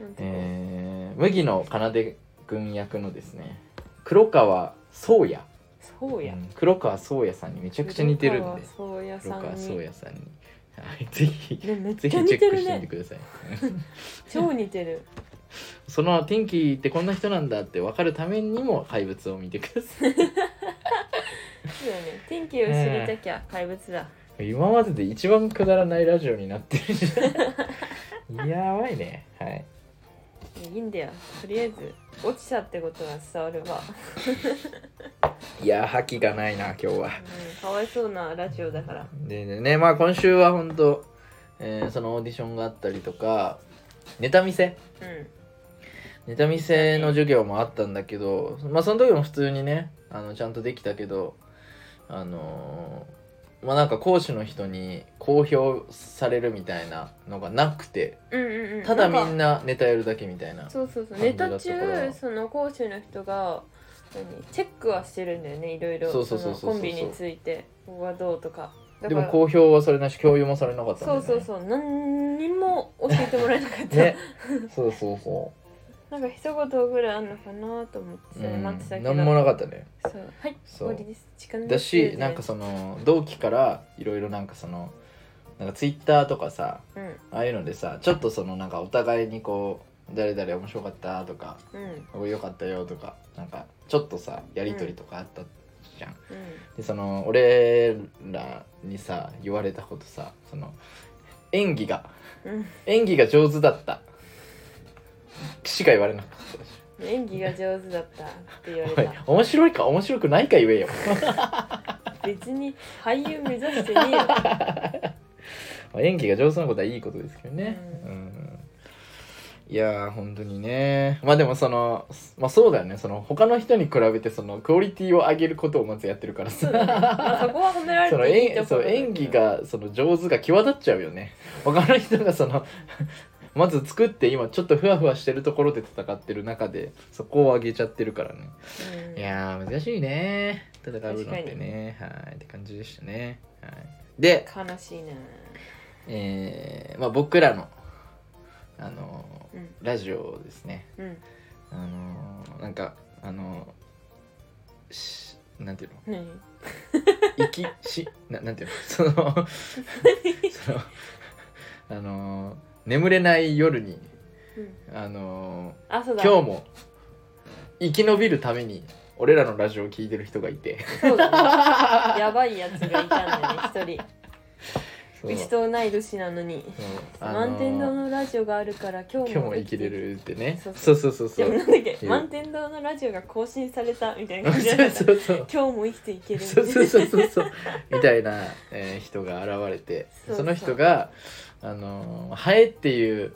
Speaker 2: なんていうの
Speaker 1: えー麦野奏君役のですね黒川宗也、
Speaker 2: そうや、
Speaker 1: う
Speaker 2: め
Speaker 1: ん黒川宗也さんにめちゃくちゃ似てるんで
Speaker 2: そうや
Speaker 1: 黒
Speaker 2: さん
Speaker 1: 川宗
Speaker 2: に
Speaker 1: 也さんに、はい、 (laughs) ぜひ
Speaker 2: ねめっち
Speaker 1: ぜひ
Speaker 2: ゃ
Speaker 1: チェ
Speaker 2: 似
Speaker 1: ッ
Speaker 2: て
Speaker 1: ク
Speaker 2: る
Speaker 1: してみて
Speaker 2: ね
Speaker 1: ください
Speaker 2: 超似てる
Speaker 1: その天気ってこんな人なんだって分かるためにも怪物を見てくださ
Speaker 2: そうだねティンキーを知りたきゃ怪物だ、
Speaker 1: い今までで一番くだらないラジオになってるじゃ (laughs) んやばいねはい
Speaker 2: いいんだよとりあえず落ちたってことが伝われば、
Speaker 1: いやー覇気がないな今日は
Speaker 2: うん、かわいそうなラジオだから
Speaker 1: でねねまあ今週は本当、えーそのオーディションがあったりとかネタ見せ
Speaker 2: うん
Speaker 1: ネタ見せの授業もあったんだけどまあその時も普通にねあのちゃんとできたけどあのーまあなんか講師の人に公表されるみたいなのがなくて
Speaker 2: うんうんうん
Speaker 1: ただ
Speaker 2: な
Speaker 1: み
Speaker 2: か
Speaker 1: んなネタやるだけみたいな
Speaker 2: そうそうそ
Speaker 1: 感
Speaker 2: うネ
Speaker 1: じだった
Speaker 2: タ
Speaker 1: から
Speaker 2: 中その講師の人が何チェックはしてるんだよねいろいろ
Speaker 1: そうそうそうそうそう
Speaker 2: のコンビについてここがどうとかだ
Speaker 1: で
Speaker 2: から
Speaker 1: も公表はそれなし共有もされなかったんだ
Speaker 2: そ
Speaker 1: よ
Speaker 2: う
Speaker 1: ね
Speaker 2: そうそう何にも教えてもらえなかった、
Speaker 1: ねそうそうそ
Speaker 2: (laughs) なんか一言ぐらいあんのかなと思って
Speaker 1: う、
Speaker 2: (laughs) それ
Speaker 1: うん、
Speaker 2: 待ってたけど、
Speaker 1: 何もなかったね
Speaker 2: そうはい
Speaker 1: そ
Speaker 2: 終
Speaker 1: う
Speaker 2: わりです時間です
Speaker 1: だしなんかその同期からいろいろなんかそのなんかツイッターとかさ
Speaker 2: うん
Speaker 1: ああいうのでさちょっとそのなんかお互いにこう「誰々面白かった」とか
Speaker 2: うんう
Speaker 1: 「
Speaker 2: ん
Speaker 1: これ良かったよ」とかなんかちょっとさやり取りとかあったじゃん。でその俺らにさ言われたことさその演技が
Speaker 2: うん
Speaker 1: 演技が上手だったしか言われなかったし
Speaker 2: 演技が上手だったって言われ
Speaker 1: おい
Speaker 2: た
Speaker 1: 面白いか面白くないか言えよ。
Speaker 2: 別に俳優目指して (laughs) ねえよ
Speaker 1: まあ、演技が上手なことはいいことですけどね、う
Speaker 2: うんん
Speaker 1: いやー本当にねまあでもそのまあそうだよねその他の人に比べてそのクオリティを上げることをまずやってるから
Speaker 2: そうだねまあそ
Speaker 1: さ
Speaker 2: こは褒められ
Speaker 1: その
Speaker 2: ていい
Speaker 1: え
Speaker 2: と
Speaker 1: ん
Speaker 2: こ
Speaker 1: そ
Speaker 2: ろ
Speaker 1: う
Speaker 2: だけど
Speaker 1: 演技がその上手が際立っちゃうよね他の人がそのまず作って今ちょっとふわふわしてるところで戦ってる中でそこを上げちゃってるからね、
Speaker 2: うん
Speaker 1: いやー難しいね戦うのって
Speaker 2: 確か
Speaker 1: ねはいって感じでしたね、はい、で
Speaker 2: 悲しいな
Speaker 1: えーまあ、僕らの、あのー
Speaker 2: うん
Speaker 1: ラジオをですね、
Speaker 2: うん
Speaker 1: あのーなんか、あのーしなんていうの
Speaker 2: 何
Speaker 1: 生き (laughs) しななんていうの (laughs) そのそのあのー眠れない夜に、
Speaker 2: うん
Speaker 1: あの
Speaker 2: あそう
Speaker 1: ー
Speaker 2: だ
Speaker 1: 今日も生き延びるために俺らのラジオを聞いてる人がいて
Speaker 2: そうだねやばいやつがいたんだよね
Speaker 1: (laughs) そ
Speaker 2: (laughs) 一人うちと同い年なのに
Speaker 1: そうあのー
Speaker 2: 満天堂のラジオがあるから今日
Speaker 1: 今日も
Speaker 2: も
Speaker 1: 生きれるってね
Speaker 2: そう
Speaker 1: そうそうそうそ
Speaker 2: でも
Speaker 1: う
Speaker 2: なんだっけ
Speaker 1: う
Speaker 2: (laughs) 満天堂のラジオが更新されたみたいな感じだった
Speaker 1: (laughs) そうそうそう
Speaker 2: 今日も生きていける
Speaker 1: そうそうそうそうそうみたいな、えー人が現れて
Speaker 2: そうそう
Speaker 1: その人が「あのーハエ」っていう、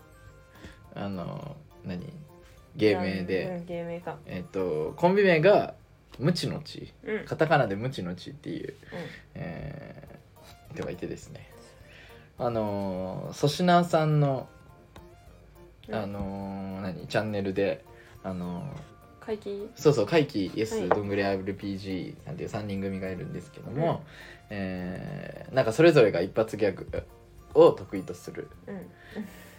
Speaker 1: あのー何芸名で、
Speaker 2: うん芸名か
Speaker 1: えっとコンビ名が「ムチのち
Speaker 2: うん、うん」
Speaker 1: カタカナで「ムチのち」っていう、えー人がいてですねあのー粗品さんの、
Speaker 2: うん
Speaker 1: あのー何チャンネルで、あのー
Speaker 2: 会期
Speaker 1: そうそう怪奇イエス、
Speaker 2: はい
Speaker 1: どんぐり RPG なんていう3人組がいるんですけども、えーなんかそれぞれが一発ギャグを得意とす
Speaker 2: (laughs)
Speaker 1: る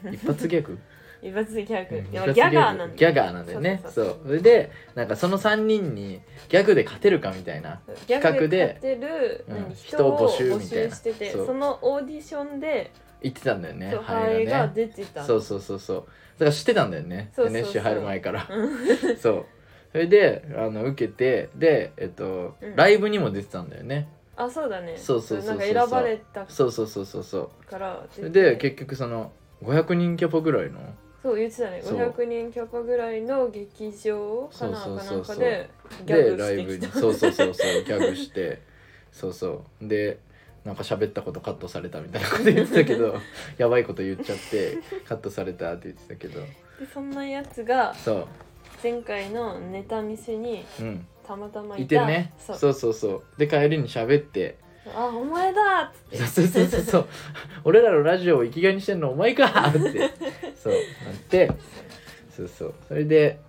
Speaker 2: うん
Speaker 1: 一発ギャグ
Speaker 2: 一発でギャグ、
Speaker 1: うん
Speaker 2: いやギャガーなんだよ
Speaker 1: ギャガーなんだよねそ
Speaker 2: そうう
Speaker 1: そ
Speaker 2: そうそう
Speaker 1: れでなんかその3人にギャグで勝てるかみたいな
Speaker 2: ギャ
Speaker 1: 企画
Speaker 2: グ
Speaker 1: で
Speaker 2: で買ってる、
Speaker 1: うん
Speaker 2: 何
Speaker 1: 人
Speaker 2: 人
Speaker 1: を
Speaker 2: を
Speaker 1: 募集み
Speaker 2: 募
Speaker 1: たい
Speaker 2: 集
Speaker 1: な
Speaker 2: してて
Speaker 1: そう
Speaker 2: そのオーディションで、
Speaker 1: 言ってたんだよね
Speaker 2: そうハ
Speaker 1: ハエ
Speaker 2: エ
Speaker 1: が
Speaker 2: が
Speaker 1: ね
Speaker 2: 出てた
Speaker 1: そうそうそうそうだから知ってたんだよね
Speaker 2: そうそうそう
Speaker 1: NSC 入る前から
Speaker 2: うん
Speaker 1: (laughs) そうそれであの受けてでえっと、
Speaker 2: うん
Speaker 1: ライブにも出てたんだよね
Speaker 2: あそうだね
Speaker 1: そうそうそうそう
Speaker 2: れなんか選ばれた
Speaker 1: そうそうそうそうそ
Speaker 2: から
Speaker 1: うで結局その500人キャパぐらいの
Speaker 2: そう言ってたね
Speaker 1: そう
Speaker 2: 500人キャパぐらいの劇場かな
Speaker 1: そう
Speaker 2: か
Speaker 1: そうそ
Speaker 2: なん
Speaker 1: う
Speaker 2: か
Speaker 1: そう
Speaker 2: でギャ
Speaker 1: で
Speaker 2: グ
Speaker 1: ライ
Speaker 2: し
Speaker 1: ブ
Speaker 2: て
Speaker 1: に
Speaker 2: きた
Speaker 1: そうそうそう
Speaker 2: (laughs)
Speaker 1: そうギャグしてそうそうでなんか喋ったことカットされたみたいなこと言ってたけ
Speaker 2: (laughs)
Speaker 1: どやばいこと言っちゃってカットされたって言ってたけど
Speaker 2: (laughs) でそんなやつが
Speaker 1: そ
Speaker 2: 前回のネタ見せに
Speaker 1: ううん
Speaker 2: たまたまいた
Speaker 1: いてね
Speaker 2: そう
Speaker 1: そうそうそうで帰りに喋って
Speaker 2: あお前だっつって
Speaker 1: そうそうそうそう俺らのラジオを生きがいにしてんのお前かってそうなってそうそうそれで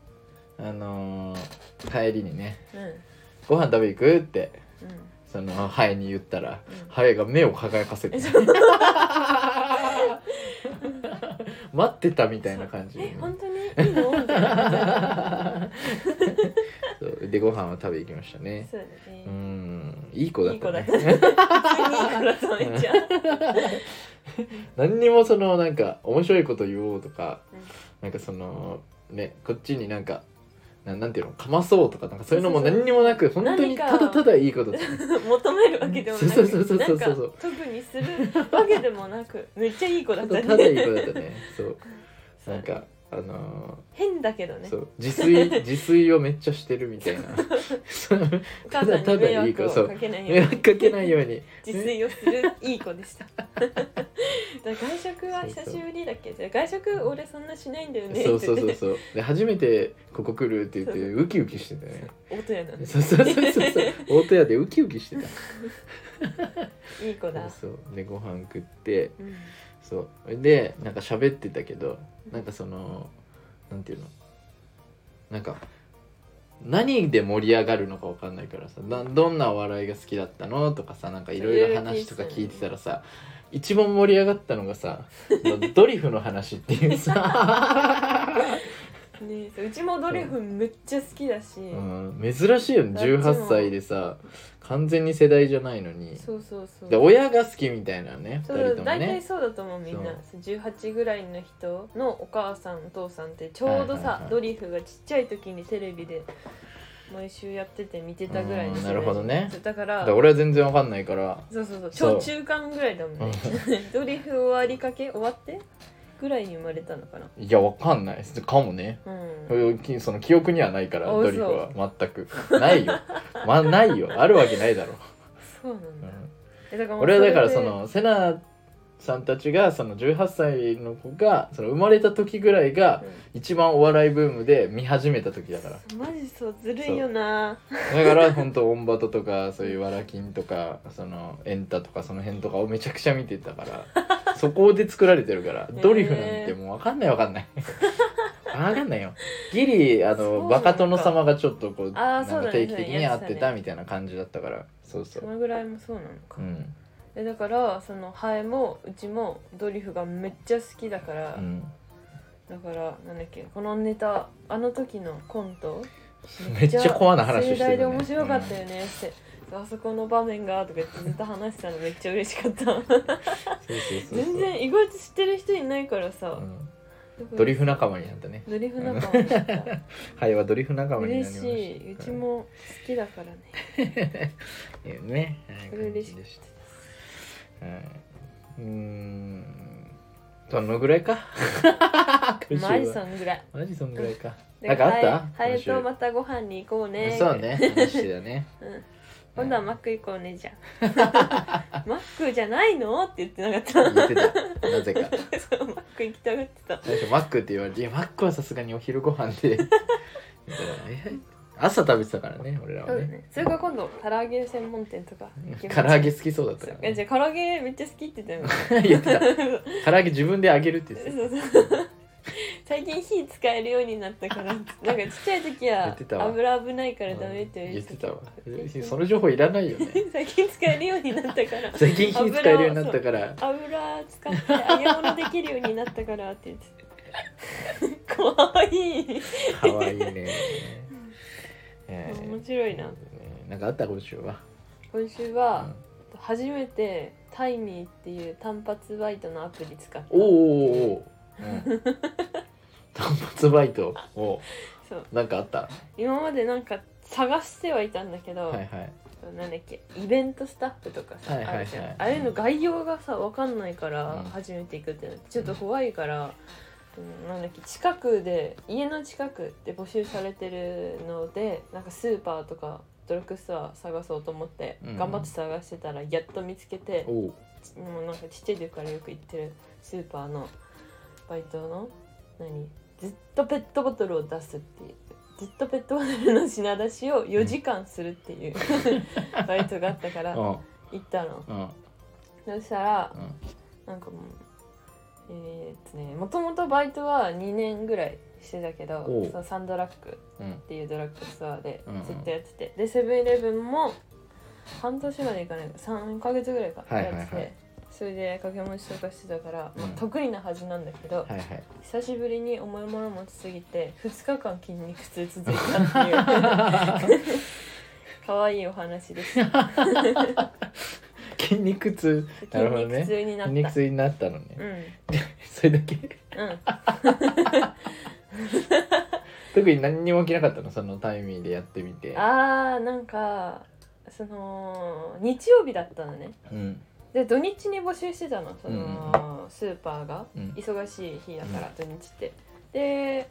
Speaker 1: あのー帰りにね
Speaker 2: うんうん
Speaker 1: 「ご飯食べ行く?」ってそのハエに言ったら
Speaker 2: うん
Speaker 1: ハエが目を輝かせて (laughs) 待ってたみたいな感じ
Speaker 2: え本当にいいのみたいな
Speaker 1: そうでご飯を食べ行きました (laughs) ね
Speaker 2: そうだね
Speaker 1: うんいい子だったね
Speaker 2: いい子
Speaker 1: (laughs)
Speaker 2: だ普通にいい子だとめっちゃ
Speaker 1: 何にもそのなんか面白いこと言おうとか、
Speaker 2: うん
Speaker 1: なんかそのねこっちになんかななんていうのかまそうとかなんかそういうのも何にもなく
Speaker 2: う
Speaker 1: 本当に
Speaker 2: 何
Speaker 1: た
Speaker 2: か
Speaker 1: だただいいことだ
Speaker 2: (laughs) 求めるわけでもなく
Speaker 1: そうそうそうそうそう
Speaker 2: なんか特にするわけでもなくめっちゃいい子だ
Speaker 1: た
Speaker 2: っ
Speaker 1: だ
Speaker 2: たね (laughs)
Speaker 1: ただいい子だったねそう
Speaker 2: そう
Speaker 1: なんかあの
Speaker 2: 変だけど
Speaker 1: ー
Speaker 2: ね
Speaker 1: そう自炊自炊をめっちゃしてるみ
Speaker 2: (laughs)
Speaker 1: たいなそう
Speaker 2: お母さ
Speaker 1: ただ
Speaker 2: んに迷惑を
Speaker 1: ただいい子そう
Speaker 2: かけない
Speaker 1: 迷
Speaker 2: よう
Speaker 1: 惑
Speaker 2: に
Speaker 1: かけないように
Speaker 2: 自炊をするいい子でした (laughs) だから外食は久しぶりだっけじゃあ外食俺そんなしないんだよねって
Speaker 1: (laughs) そう
Speaker 2: 言って
Speaker 1: そうそうそうで初めてここ来るって言ってウキウキしてたね
Speaker 2: 音やなんで
Speaker 1: そうそう (laughs) そうそう大戸屋でウキウキしてた
Speaker 2: いい子だ
Speaker 1: そうそうでご飯食って
Speaker 2: うん
Speaker 1: そうでなんか喋ってたけどなんかそのなんていうのなんか何で盛り上がるのかわかんないからさなどんなお笑いが好きだったのとかさなんかいろいろ話とか聞いてたらさ一番盛り上がったのがさドリフの話っていうさ、
Speaker 2: ねえそううちもドリフめっちゃ好きだし、
Speaker 1: うん、珍しいよね18歳でさ完全に世代じゃないのに
Speaker 2: そうそうそう
Speaker 1: で親が好きみたいなね
Speaker 2: そ
Speaker 1: 2人
Speaker 2: う
Speaker 1: とも
Speaker 2: 大体
Speaker 1: ね
Speaker 2: そうだと思うみんな18ぐらいの人のお母さんお父さんってちょう
Speaker 1: はい
Speaker 2: どさ、
Speaker 1: はいはい
Speaker 2: ドリフがちっちゃい時にテレビで毎週やってて見てたぐらいの
Speaker 1: うん
Speaker 2: 世代
Speaker 1: なるほどね
Speaker 2: そうだか
Speaker 1: だ
Speaker 2: ら
Speaker 1: から俺は全然わかんないから
Speaker 2: そうそうそう
Speaker 1: そう
Speaker 2: 超中間ぐらいだもんねドリフ終わりかけ終わってぐらいに生まれたのかない
Speaker 1: や、わかんないです。かもね。
Speaker 2: うん
Speaker 1: きその記憶にはないから、
Speaker 2: あ
Speaker 1: ドリフは全く。ないよ。ま、ないよ。あるわけないだろ。
Speaker 2: そうなん
Speaker 1: う
Speaker 2: だ,
Speaker 1: ん
Speaker 2: え、だからもう
Speaker 1: 俺はだから
Speaker 2: れで
Speaker 1: その、セナさんたちが、その18歳の子が、その生まれた時ぐらいが、一番お笑いブームで見始めた時だから。
Speaker 2: うんマジそうずるいよな
Speaker 1: だから、ほんと、オンバトとか、そういうわらきんとか、その、エンタとか、その辺とかをめちゃくちゃ見てた
Speaker 2: (laughs)
Speaker 1: から、そこで作られてるから、ドリフなんてもうわかんないわかんない。わかんないよ。ギリ、あ
Speaker 2: そうな
Speaker 1: の、
Speaker 2: んだ
Speaker 1: バカ殿様がちょっとこう、な
Speaker 2: あー
Speaker 1: ん
Speaker 2: そうだ
Speaker 1: か定
Speaker 2: ね
Speaker 1: 期的に会って
Speaker 2: そうやってた
Speaker 1: たみたいな感じだったから、そうそ。
Speaker 2: そうのぐらいもそうなのか、
Speaker 1: うん。
Speaker 2: えだからそのハエもうちもドリフがめっちゃ好きだから、
Speaker 1: うん。
Speaker 2: だからなんだっけこのネタあの時のコント
Speaker 1: めっちゃコアな話してるね
Speaker 2: 盛大で面白かったよねって、あそこの場面がとか言ってずっと話してたのめっちゃ嬉しかっ
Speaker 1: (laughs)
Speaker 2: た
Speaker 1: そうそうそうそう。
Speaker 2: 全然意外と知ってる人いないからさ
Speaker 1: う、んドリ
Speaker 2: フ
Speaker 1: フ仲間になったね。
Speaker 2: ドリフ仲間
Speaker 1: (laughs)
Speaker 2: になった
Speaker 1: はいはドリフ仲間になりま
Speaker 2: 嬉
Speaker 1: し。
Speaker 2: したいうんち。も好きだからね
Speaker 1: いいよね。はい
Speaker 2: それ嬉し
Speaker 1: 感じで
Speaker 2: かっ
Speaker 1: したはい、うーんどのぐらい
Speaker 2: (laughs)
Speaker 1: か
Speaker 2: たマジ
Speaker 1: ん
Speaker 2: ソンぐらい
Speaker 1: マジそんぐらいかな
Speaker 2: だ
Speaker 1: んかあった
Speaker 2: ハエ
Speaker 1: 今週
Speaker 2: とまたご飯に行こうね
Speaker 1: そうね話だ
Speaker 2: (laughs)
Speaker 1: ね
Speaker 2: うん今度はマック行こうねじゃ
Speaker 1: (laughs)
Speaker 2: あマックじゃないのって言ってなかっ
Speaker 1: 言ってたなぜか
Speaker 2: たそうマック行きたがってた
Speaker 1: 最初マックって言われていやマックはさすがにお昼ご飯で (laughs) みたいなえ朝食べてたからね俺ら
Speaker 2: そ
Speaker 1: は
Speaker 2: うだ
Speaker 1: ね
Speaker 2: ねそれから今度唐揚げ専門店とか行きま
Speaker 1: 唐
Speaker 2: す
Speaker 1: 揚げ好きそうだった
Speaker 2: そう
Speaker 1: か
Speaker 2: え
Speaker 1: ら、
Speaker 2: じゃ
Speaker 1: ね、
Speaker 2: あ唐揚げめっちゃ好きって
Speaker 1: (laughs)
Speaker 2: 言ってたよ
Speaker 1: 言ってた唐揚げ自分であげるって言ってた
Speaker 2: そうそう最近火使えるようになったからなんかちっちゃい時
Speaker 1: 言
Speaker 2: は
Speaker 1: ってたわ
Speaker 2: 油危ないからダメって
Speaker 1: うん言
Speaker 2: 言われ
Speaker 1: って
Speaker 2: て
Speaker 1: たわ
Speaker 2: 言ってた
Speaker 1: その情報いらないよね
Speaker 2: (laughs) 最近使えるようになったから
Speaker 1: 最近火使えるようになったから
Speaker 2: 油使って揚げ物できるようになったからって言って
Speaker 1: (laughs)
Speaker 2: たかわいい
Speaker 1: かわいいね、えー
Speaker 2: 面白いな
Speaker 1: ねなんかあった今週は。
Speaker 2: 今週は初めてタイミーっていう単発バイトのアプリ使った
Speaker 1: おおおーおー。うん (laughs) 単発バイト。お
Speaker 2: そう
Speaker 1: なんかあった。
Speaker 2: 今までなんか探してはいたんだけど、
Speaker 1: はいはい。
Speaker 2: となんだっけイベントスタッフとかさ、
Speaker 1: はいはいはい
Speaker 2: あるじゃん
Speaker 1: うん
Speaker 2: あれの概要がさ分かんないか
Speaker 1: う
Speaker 2: ら
Speaker 1: ん
Speaker 2: 初めて行くってなってちょっと怖いから、うん、なんだっけ近くで家の近くで募集されてるのでなんかスーパーとかドラッグストア探そうと思って
Speaker 1: うん
Speaker 2: 頑張って探してたらやっと見つけて、
Speaker 1: おう
Speaker 2: もうなんかちっちゃい時からよく行ってるスーパーのバイトの何ずっとペットボトルを出すっていうずっとペットボトルの品出しを4時間するっていう
Speaker 1: (laughs)
Speaker 2: バイトがあったから行
Speaker 1: うん
Speaker 2: ったの
Speaker 1: うん
Speaker 2: そしたら
Speaker 1: うん
Speaker 2: なんかもうえーっとねもともとバイトは2年ぐらいしてたけど
Speaker 1: おう
Speaker 2: そのサンドラッグ
Speaker 1: うん
Speaker 2: っていうドラッグストアで
Speaker 1: うんうん
Speaker 2: ずっとやってて、でセブンイレブンも半年までいかないか3ヶ月ぐらいか
Speaker 1: は
Speaker 2: や
Speaker 1: い
Speaker 2: っ
Speaker 1: は
Speaker 2: て
Speaker 1: い
Speaker 2: て、
Speaker 1: はい
Speaker 2: それで掛け持ちとかしてたから、まあ
Speaker 1: うん
Speaker 2: 得意なはずなんだけど、
Speaker 1: はいはい
Speaker 2: 久しぶりに重いもの持ちすぎて2日間筋肉痛続いたっていう
Speaker 1: (laughs)
Speaker 2: 可愛いお話です
Speaker 1: 筋肉痛な
Speaker 2: 筋
Speaker 1: るほどね
Speaker 2: 肉痛にな
Speaker 1: 筋
Speaker 2: った
Speaker 1: 肉痛になったのね、
Speaker 2: うん
Speaker 1: それだけ (laughs)
Speaker 2: うん
Speaker 1: 特に何にも起きなかったのそのタイミングでやってみて
Speaker 2: あーなんかその日曜日だったのね
Speaker 1: うん
Speaker 2: で土日に募集してたのその、スーパーが
Speaker 1: うん
Speaker 2: 忙しい日だから、土日ってで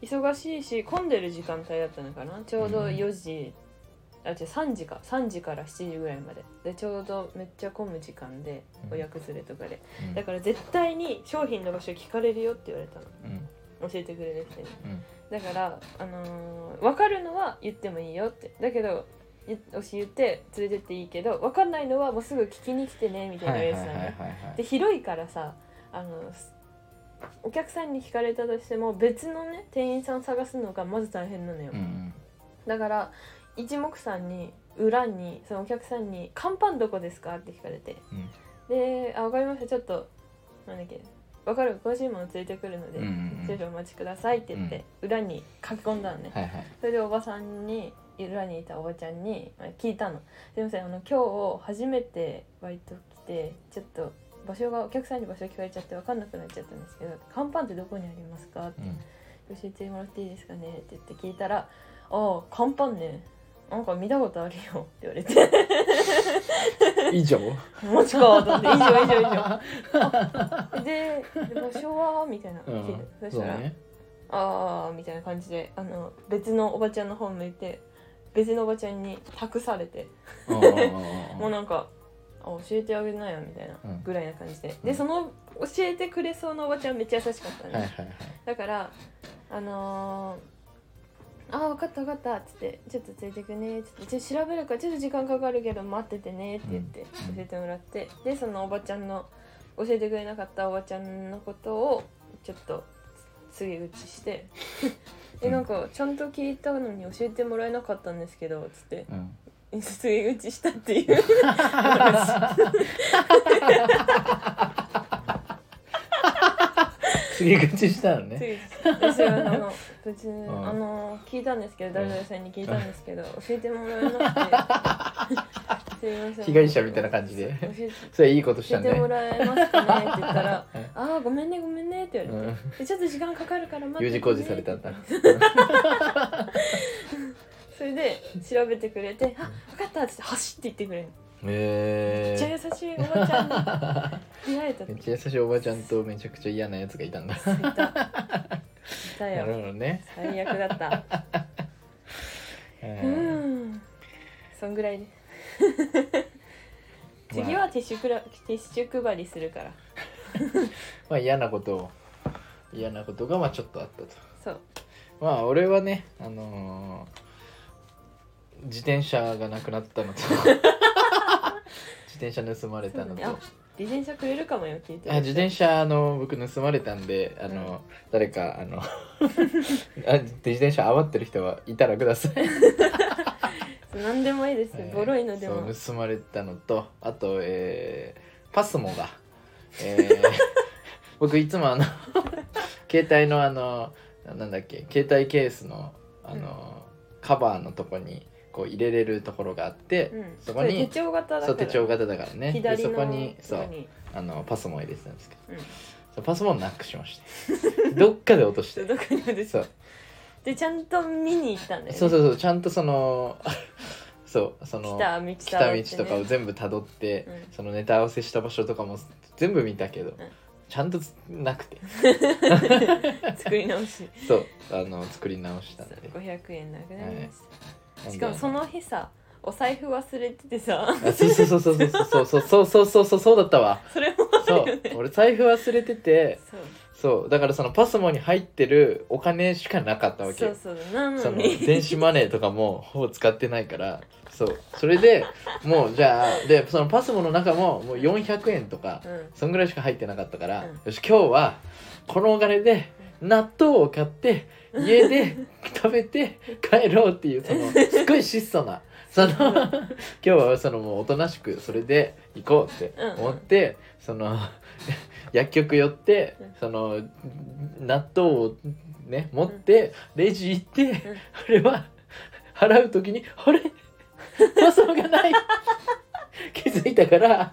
Speaker 2: 忙しいし混んでる時間帯だったのかなちょうど
Speaker 1: うん
Speaker 2: 4時、あ違う3時か3時から7時ぐらいまででちょうどめっちゃ混む時間で
Speaker 1: うん
Speaker 2: 親子連れとかで
Speaker 1: うん
Speaker 2: だから絶対に商品の場所聞かれるよって言われたの
Speaker 1: うん
Speaker 2: 教えてくれる人に
Speaker 1: うん
Speaker 2: だから、あのー分かるのは言ってもいいよってだけど言もし言って連れてっていいけど分かんないのはもうすぐ聞きに来てねみたい
Speaker 1: は
Speaker 2: ないや
Speaker 1: は
Speaker 2: つ
Speaker 1: い
Speaker 2: な
Speaker 1: はい
Speaker 2: の
Speaker 1: はい
Speaker 2: ね
Speaker 1: は
Speaker 2: で
Speaker 1: い
Speaker 2: 広いからさあのすお客さんに聞かれたとしても別のね店員さん探すのがまず大変なのよ、
Speaker 1: うん
Speaker 2: だから一目散に裏にそのお客さんに「乾パンどこですか?」って聞かれて
Speaker 1: うん
Speaker 2: で「あ分かりましたちょっとなんだっけ分かる詳しいもの連れてくるので、
Speaker 1: うんうんう
Speaker 2: 少
Speaker 1: ん
Speaker 2: 々お待ちください」って言って、裏に書き込んだのね、
Speaker 1: はいはい
Speaker 2: それでおばさんに裏にいたおばちゃんにまあ聞いたの「すいませんあの今日初めてバイト来てちょっと場所がお客さんに場所聞かれちゃって分かんなくなっちゃったんですけど「乾パンってどこにありますか?」って
Speaker 1: うん
Speaker 2: 教えてもらっていいですかね?」って言って聞いたら「ああ乾パンねなんか見たことあるよ」って言われて (laughs)
Speaker 1: 以上
Speaker 2: 「マジか」 (laughs) と思って「以上以上以上」で「場所は?」みたいな
Speaker 1: う
Speaker 2: 聞い
Speaker 1: ん
Speaker 2: てそ
Speaker 1: そう
Speaker 2: したら「
Speaker 1: ね
Speaker 2: あーみたいな感じであの別のおばちゃんの方向いて別のおばちゃんに託されて、
Speaker 1: うんうん
Speaker 2: も
Speaker 1: う
Speaker 2: うんなんかあ教えてあげなよみたいな
Speaker 1: うん
Speaker 2: ぐらいな感じで、
Speaker 1: うん
Speaker 2: でその教えてくれそうなおばちゃんめっちゃ優しかったね、
Speaker 1: はいはいはい
Speaker 2: だからあのーあー分かった分かった」っつって「ちょっと連れてくね」つって「ちょっと調べるからちょっと時間かかるけど待っててね」って言って
Speaker 1: うん
Speaker 2: 教えてもらってでそのおばちゃんの教えてくれなかったおばちゃんのことをちょっと告げ口
Speaker 1: (laughs)
Speaker 2: して「
Speaker 1: う
Speaker 2: え
Speaker 1: ん
Speaker 2: なんかちゃんと聞いたのに教えてもらえなかったんですけど」つって
Speaker 1: うん
Speaker 2: 告げ口したっていう話
Speaker 1: 告げ口したのね
Speaker 2: 告げ口でそれはあ
Speaker 1: (laughs)
Speaker 2: の別に
Speaker 1: うん
Speaker 2: あの聞いたんですけど誰々さんに聞いたんです
Speaker 1: (laughs)
Speaker 2: けど教えてもらえなくてすいません
Speaker 1: 被害者みたいな感じで
Speaker 2: 教えて
Speaker 1: それいいことした
Speaker 2: 教えて
Speaker 1: ね
Speaker 2: もらえますかねって言った
Speaker 1: (laughs)
Speaker 2: ら
Speaker 1: うん
Speaker 2: 「ああごめんねごめんね」って言われて、
Speaker 1: うん
Speaker 2: でちょっと時間かかるから待っ
Speaker 1: U 字
Speaker 2: ててね
Speaker 1: 工事されたんだ
Speaker 2: それで調べてくれて「あ分かった」っつって走って行ってくれるのめ
Speaker 1: へ
Speaker 2: っちゃ
Speaker 1: え
Speaker 2: 優しいおばちゃん
Speaker 1: (laughs)
Speaker 2: に出会えた
Speaker 1: めっ
Speaker 2: 時
Speaker 1: ちゃ優しいおばちゃんとめちゃくちゃ嫌なやつがいたんだ
Speaker 2: いたいた
Speaker 1: (laughs) なる
Speaker 2: よ
Speaker 1: ほどね
Speaker 2: 最悪だった
Speaker 1: う
Speaker 2: う
Speaker 1: ん
Speaker 2: んそんぐ
Speaker 1: (laughs)
Speaker 2: らいで
Speaker 1: まあ
Speaker 2: 次はティッシュくらティッシュ配りするから
Speaker 1: まあ嫌なことを嫌なことがまあちょっとあったと
Speaker 2: そう
Speaker 1: まあ俺はねあのー自転車がなくなったのと自転車盗まれたのと
Speaker 2: そうだね自転車くれるかもよ聞いて
Speaker 1: あ自転車あの僕盗まれたんであの、
Speaker 2: うん
Speaker 1: 誰かあの (laughs) あ自転車余ってる人はいたらください
Speaker 2: 何でもいいですよ、ボロいのでも
Speaker 1: そう盗まれたのとあと、えーパスモが、えー僕いつもあの (laughs) 携帯のあのなんだっけ携帯ケースのあの、カバーのとこにこう入れれるところがあって、
Speaker 2: うん、
Speaker 1: そこに
Speaker 2: 手帳型だから
Speaker 1: そう手帳型だからねで
Speaker 2: 左
Speaker 1: そ
Speaker 2: の
Speaker 1: こにそ
Speaker 2: と
Speaker 1: う
Speaker 2: こに
Speaker 1: あのパスモを入れてたんですけど
Speaker 2: うん
Speaker 1: そうパスモをなくしましたどっかで落とし
Speaker 2: そう
Speaker 1: て
Speaker 2: どこにある
Speaker 1: そう
Speaker 2: でちゃんと見に行ったんだよ、ね、
Speaker 1: そうそうそうちゃんとそのそうその
Speaker 2: 来た道
Speaker 1: 来た道と
Speaker 2: とか
Speaker 1: か
Speaker 2: を
Speaker 1: を全部たどって、
Speaker 2: うん
Speaker 1: そのネタ合わせした場所とかも全部見たけど、ちゃんとつなくて
Speaker 2: 作り直し
Speaker 1: そうあの作り直したんで
Speaker 2: 500円なくなりまし
Speaker 1: な
Speaker 2: た
Speaker 1: んで
Speaker 2: しかもその日さお財布忘れててさ
Speaker 1: あそうそうそうそうそうそうそうそうそうそうそうだったわ
Speaker 2: (laughs) それも
Speaker 1: そ
Speaker 2: あるよ
Speaker 1: う
Speaker 2: ね
Speaker 1: 俺財布忘れてて
Speaker 2: そう
Speaker 1: そうだからそのパスモに入ってるお金しかなかったわけ
Speaker 2: そうそうなの
Speaker 1: その
Speaker 2: に
Speaker 1: 電子マネーとかもほぼ使ってないからそうそれでもうじゃあでそのパスモの中ももう400円とか、
Speaker 2: うん
Speaker 1: そんぐらいしか入ってなかったから、
Speaker 2: うん
Speaker 1: よし今日はこのお金で納豆を買って家
Speaker 2: (laughs)
Speaker 1: で食べて帰ろうっていうそのすごい質素なその今日はそのもうおとなしくそれで行こうって思って、その薬局寄って
Speaker 2: うん
Speaker 1: その納豆をね持ってレジ行って、あれは払う時に「あ
Speaker 2: (laughs)
Speaker 1: れパスモがない! 」気づいたから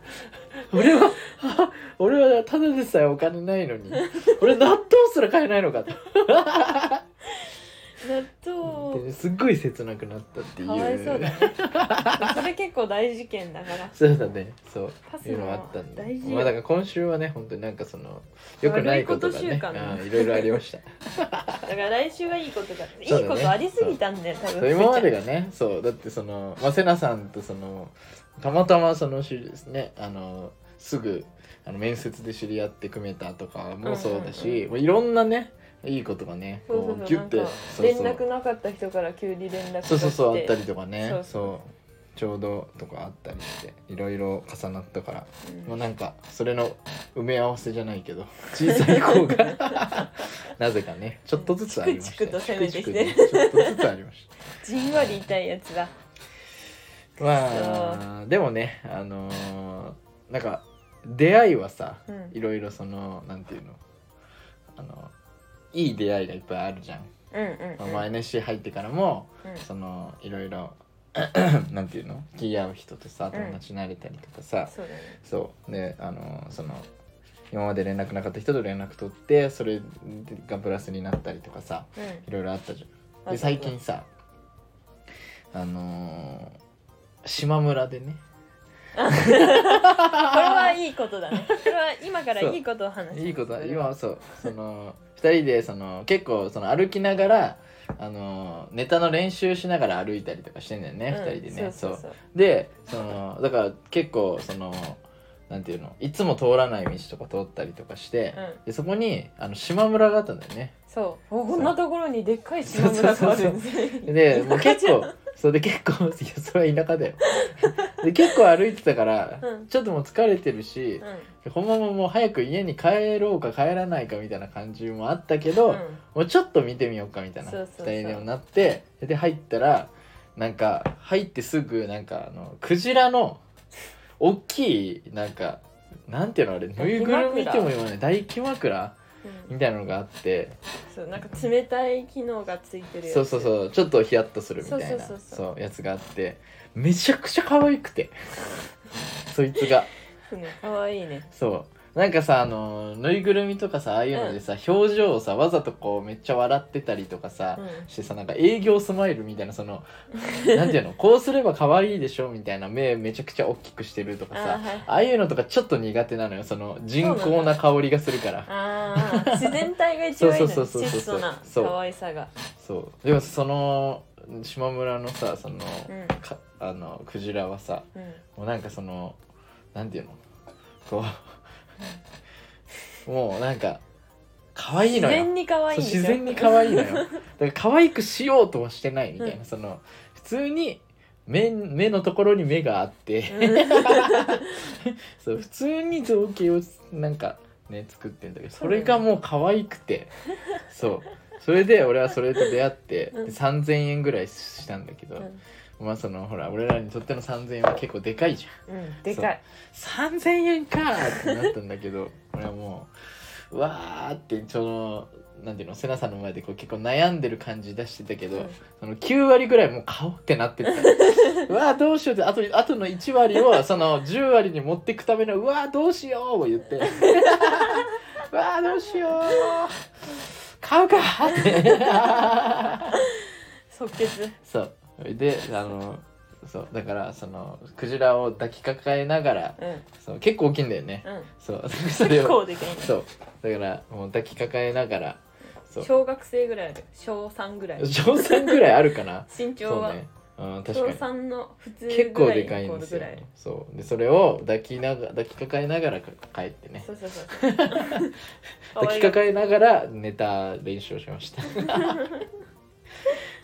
Speaker 1: 俺はあ俺はただでさえお金ないのに俺納豆すら買えないのかと
Speaker 2: 納豆
Speaker 1: で、すっごい切なくなったっていう
Speaker 2: かわいそうだねそれ結構大事件だから
Speaker 1: そうだねそう
Speaker 2: パス
Speaker 1: いうの
Speaker 2: も
Speaker 1: もあったんで
Speaker 2: 大事
Speaker 1: まあだから今週はね本当になんかそのよくないことが
Speaker 2: 悪
Speaker 1: ね
Speaker 2: いこと習慣ね
Speaker 1: うんいろいろあり
Speaker 2: (laughs)
Speaker 1: ました
Speaker 2: だから来週はいいことが、い
Speaker 1: そうだね
Speaker 2: いことありすぎたんだよ多
Speaker 1: そう
Speaker 2: 分
Speaker 1: 今までがねそうだってその、まあ、瀬名さんとそのたまたまそのしねあのすぐあの面接で知り合って組めたとかもそうだ
Speaker 2: うんうん
Speaker 1: し、もういろんなねいいことがね
Speaker 2: そうそう
Speaker 1: こ
Speaker 2: そう
Speaker 1: うギュッて
Speaker 2: なんか連絡なかった人から急に連絡が来て
Speaker 1: そうそう
Speaker 2: (laughs)
Speaker 1: そうあったりとかね
Speaker 2: そう
Speaker 1: そうちょうどとかあったりしていろいろ重なったから
Speaker 2: うん
Speaker 1: もうなんかそれの埋め合わせじゃない
Speaker 2: (laughs)
Speaker 1: けど小さい子が (laughs) なぜかねちょっとずつありました
Speaker 2: チクチクと攻めてきて
Speaker 1: チクチクねちょっとずつありました
Speaker 2: じんわり痛いやつだ
Speaker 1: まあでもねあのーなんか出会いはさ、
Speaker 2: うん
Speaker 1: いろいろそのなんていうのあのいい出会いがいっぱいあるじゃん、
Speaker 2: うんうん、
Speaker 1: まあ
Speaker 2: うん、
Speaker 1: まあ NSC 入ってからも
Speaker 2: うん
Speaker 1: そのいろいろ (clears throat) なんていうの気合う人とさ友達になれたりとかさ、
Speaker 2: そうだね
Speaker 1: そうであのその今まで連絡なかった人と連絡取ってそれがプラスになったりとかさ
Speaker 2: うん
Speaker 1: いろいろあったじゃん
Speaker 2: あと
Speaker 1: で
Speaker 2: は
Speaker 1: 最近さあのー島村でね
Speaker 2: これはいいことだねこれは今からいいことを話す
Speaker 1: いいことは
Speaker 2: 今
Speaker 1: 今そうその2人でその結構その歩きながらあのーネタの練習しながら歩いたりとかしてんだよね、二2人でね
Speaker 2: そうそうそう
Speaker 1: でそのだから結構そのなんていうのいつも通らない道とか通ったりとかして、
Speaker 2: うん
Speaker 1: でそこにあの島村があったんだよね
Speaker 2: そうおこんなところにでっかい島村があるんですね
Speaker 1: で
Speaker 2: (laughs)
Speaker 1: もう
Speaker 2: 田舎
Speaker 1: 結
Speaker 2: じゃん
Speaker 1: 構そうで結構 (laughs) いやそれは田舎
Speaker 2: (laughs)
Speaker 1: だよで結構歩いてたから、
Speaker 2: うん
Speaker 1: ちょっともう疲れてるし、このままもう早く家に帰ろうか帰らないかみたいな感じもあったけ
Speaker 2: う
Speaker 1: ど、
Speaker 2: んうん
Speaker 1: もうちょっと見てみようかみたいな
Speaker 2: そう
Speaker 1: 二
Speaker 2: そうそ
Speaker 1: 人
Speaker 2: う
Speaker 1: でもなってで入ったらなんか入ってすぐなんかあのクジラの大きいなんかなんていうのあれぬいぐるみっても言わない大木枕
Speaker 2: うん
Speaker 1: みたいなのがあって
Speaker 2: そうなんか冷たい機能がついてるやつ
Speaker 1: そうそうそうちょっとヒヤッとするみたいな
Speaker 2: そうそうそう
Speaker 1: そうやつがあってめちゃくちゃ可愛くて (laughs) そいつが
Speaker 2: うんかわいいね
Speaker 1: そうなんかさあのぬいぐるみとかさああいうのでさ、表情をさわざとこうめっちゃ笑ってたりとかさ、
Speaker 2: う
Speaker 1: してさなんか営業スマイルみたいなそ
Speaker 2: (laughs)
Speaker 1: のなんていうのこうすれば可愛いでしょみたいな目めちゃくちゃ大きくしてるとかさ
Speaker 2: あーはい
Speaker 1: ああいうのとかちょっと苦手なのよその人工な香りがするから
Speaker 2: ああ自然体が一番いい
Speaker 1: (laughs)
Speaker 2: の
Speaker 1: そうそうそうそうそう
Speaker 2: 質素な
Speaker 1: そう
Speaker 2: 可愛さが
Speaker 1: そうでもその島村のさその,、
Speaker 2: うん
Speaker 1: かあのクジラはさ
Speaker 2: うん
Speaker 1: もうなんかそのなんていうのこうもうなんか可愛い
Speaker 2: 自
Speaker 1: のよ
Speaker 2: 然に可愛い
Speaker 1: そ
Speaker 2: ん
Speaker 1: う
Speaker 2: ですよ
Speaker 1: 自然に可愛い
Speaker 2: (laughs)
Speaker 1: のよだから可愛くしようとはしてないみたいな、
Speaker 2: うん
Speaker 1: その普通に目目のところに目があって、 (laughs) そう普通に造形をなんかね作ってんだけどそれがもう可愛くてそうそれで俺はそれと出会って、
Speaker 2: うん
Speaker 1: で3,000円ぐらいしたんだけど、
Speaker 2: うん
Speaker 1: まあそのほら俺らにとっての3,000円は結構でかいじゃん。
Speaker 2: うん、うんでかい
Speaker 1: 3000円かーってなったんだけど (laughs) 俺はもううわーってそのなんていうの瀬名さんの前でこう結構悩んでる感じ出してたけど、
Speaker 2: うん
Speaker 1: その9割ぐらいもう買おうってなってたうわーどうしようってあとあとの1割をその10割に持っていくためのうわーどうしようを言ってうわーどうしよう買うかーって
Speaker 2: 即決
Speaker 1: そうそれであのそうだからそのクジラを抱きかかえながら
Speaker 2: うん
Speaker 1: そう結構大きいんだよね
Speaker 2: うん
Speaker 1: そう (laughs) それ
Speaker 2: 結
Speaker 1: を
Speaker 2: 構でかいね
Speaker 1: そうだからもう抱きかかえながらそう
Speaker 2: 小学生ぐらいある小3ぐらい
Speaker 1: 小3ぐらいあるか
Speaker 2: (laughs)
Speaker 1: な
Speaker 2: 身長
Speaker 1: そう
Speaker 2: は
Speaker 1: ね、うん、確
Speaker 2: 小
Speaker 1: かに
Speaker 2: 3の普通
Speaker 1: 結
Speaker 2: ぐ
Speaker 1: 構
Speaker 2: らい
Speaker 1: で
Speaker 2: に
Speaker 1: かい
Speaker 2: 凍
Speaker 1: ん
Speaker 2: る
Speaker 1: です
Speaker 2: ぐ
Speaker 1: よ、
Speaker 2: らい
Speaker 1: ね、そうでそれを抱きなが抱きかかえながらか帰ってね
Speaker 2: そうそう
Speaker 1: (laughs)
Speaker 2: そうそう可
Speaker 1: 抱
Speaker 2: 愛
Speaker 1: き
Speaker 2: が
Speaker 1: か
Speaker 2: って
Speaker 1: かえながらネタ練習をしました (laughs)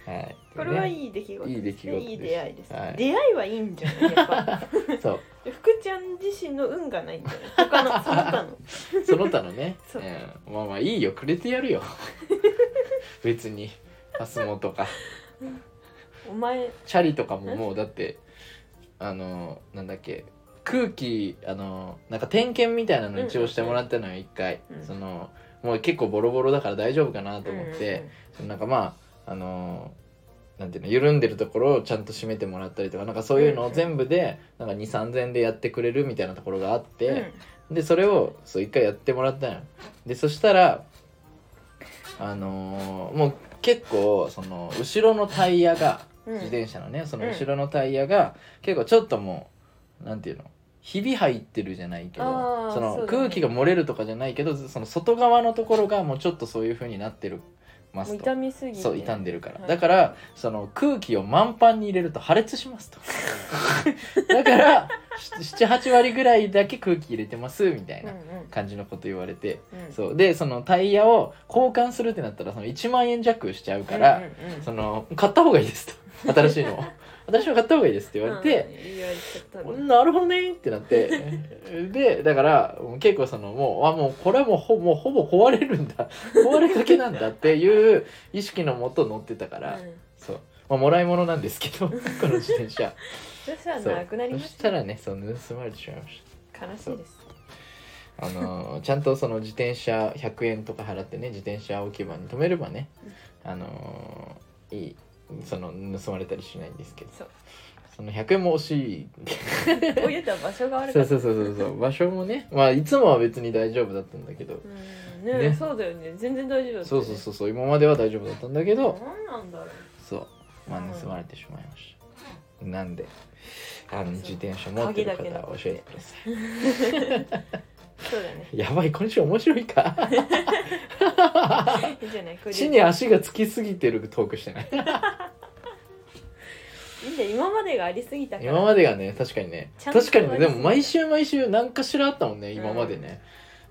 Speaker 1: はい
Speaker 2: これはいいい出来事
Speaker 1: いい出来事です
Speaker 2: いい出会いです、
Speaker 1: はい
Speaker 2: 出会いはいいんじゃないやっぱ
Speaker 1: そう
Speaker 2: 福ちゃん自身の運がないんじゃない他のその
Speaker 1: (laughs)
Speaker 2: 他の
Speaker 1: その他のね
Speaker 2: (laughs) そう
Speaker 1: うん、まあまあいいよくれてやる
Speaker 2: (laughs)
Speaker 1: よ別にパスモとか
Speaker 2: お前
Speaker 1: チャリとかももうだってあのなんだっけ空気あのなんか点検みたいなの一応してもらったのよ一回、
Speaker 2: うん
Speaker 1: そのもう結構ボロボロだから大丈夫かなと思って、
Speaker 2: うんうん
Speaker 1: そのなんかまああのなんていうの緩んでるところをちゃんと締めてもらったりとかなんかそういうのを全部でなんか2 3 0 0 0でやってくれるみたいなところがあって、
Speaker 2: うん
Speaker 1: でそれをそう一回やってもらったのよでそしたらあのーもう結構その後ろのタイヤが
Speaker 2: うん
Speaker 1: 自転車のね、その
Speaker 2: うん
Speaker 1: 後ろのタイヤが結構ちょっともうなんていうのひび入ってるじゃないけ
Speaker 2: あ
Speaker 1: ど
Speaker 2: ー
Speaker 1: そ
Speaker 2: そうだ
Speaker 1: の
Speaker 2: ね
Speaker 1: 空気が漏れるとかじゃないけどその外側のところがもうちょっとそういう風になってるま
Speaker 2: もう
Speaker 1: すと
Speaker 2: 痛みすぎて
Speaker 1: そう傷んでるから、
Speaker 2: はい
Speaker 1: だからその空気を満パンに入れると破裂しますと (laughs) だから78割ぐらいだけ空気入れてますみたい
Speaker 2: うんう
Speaker 1: なん感じのこと言われて、
Speaker 2: うん
Speaker 1: そうでそのタイヤを交換するってなったらその1万円弱しちゃうか
Speaker 2: うん
Speaker 1: ら、
Speaker 2: うんうん
Speaker 1: その買った方がいいです
Speaker 2: (laughs)
Speaker 1: と新しいのを新しいの買った方がいいですって言われて、
Speaker 2: うん言われちゃったね
Speaker 1: なるほどねってなって
Speaker 2: (laughs)
Speaker 1: でだから結構そのもうあもうこれはもうほもうほぼ壊れるんだ壊れかけなんだっていう意識のもと乗ってたから、
Speaker 2: うん
Speaker 1: そう、まあ、もらい物なんですけ
Speaker 2: (laughs)
Speaker 1: どこの自転車
Speaker 2: そしたら
Speaker 1: そう
Speaker 2: なくなりま
Speaker 1: そ
Speaker 2: し
Speaker 1: したた
Speaker 2: 悲
Speaker 1: らねそう盗まれてしまいまし
Speaker 2: しいです
Speaker 1: たあのーちゃんとその自転車100円とか払ってね自転車置き場に止めればねあのーいいその盗まれたりしないんですけど
Speaker 2: そう
Speaker 1: その100円も惜しい
Speaker 2: こういうとは場所が悪
Speaker 1: そうそう
Speaker 2: かった
Speaker 1: そうそうそう場所もねまあいつもは別に大丈夫だったんだけど
Speaker 2: うんね
Speaker 1: ね
Speaker 2: そうだよね全然大丈夫だった
Speaker 1: そ
Speaker 2: よ
Speaker 1: う
Speaker 2: ね
Speaker 1: そうそうそう今までは大丈夫だったんだけど
Speaker 2: 何なんだろう
Speaker 1: そうまあ
Speaker 2: うん
Speaker 1: 盗まれてしまいましたなんであの
Speaker 2: そう
Speaker 1: 自転車持ってる方
Speaker 2: 鍵だけ残
Speaker 1: は
Speaker 2: って
Speaker 1: 教えてくださ
Speaker 2: そうだね
Speaker 1: いやばいこの人面白いか
Speaker 2: いいじゃないこれで
Speaker 1: 地に足がつきすぎてるトークしてない
Speaker 2: いいんだよ今までがありすぎたから
Speaker 1: 今までがね確かにね
Speaker 2: ちゃんと
Speaker 1: 確かにねでも毎週毎週何かしらあったもんね今までね、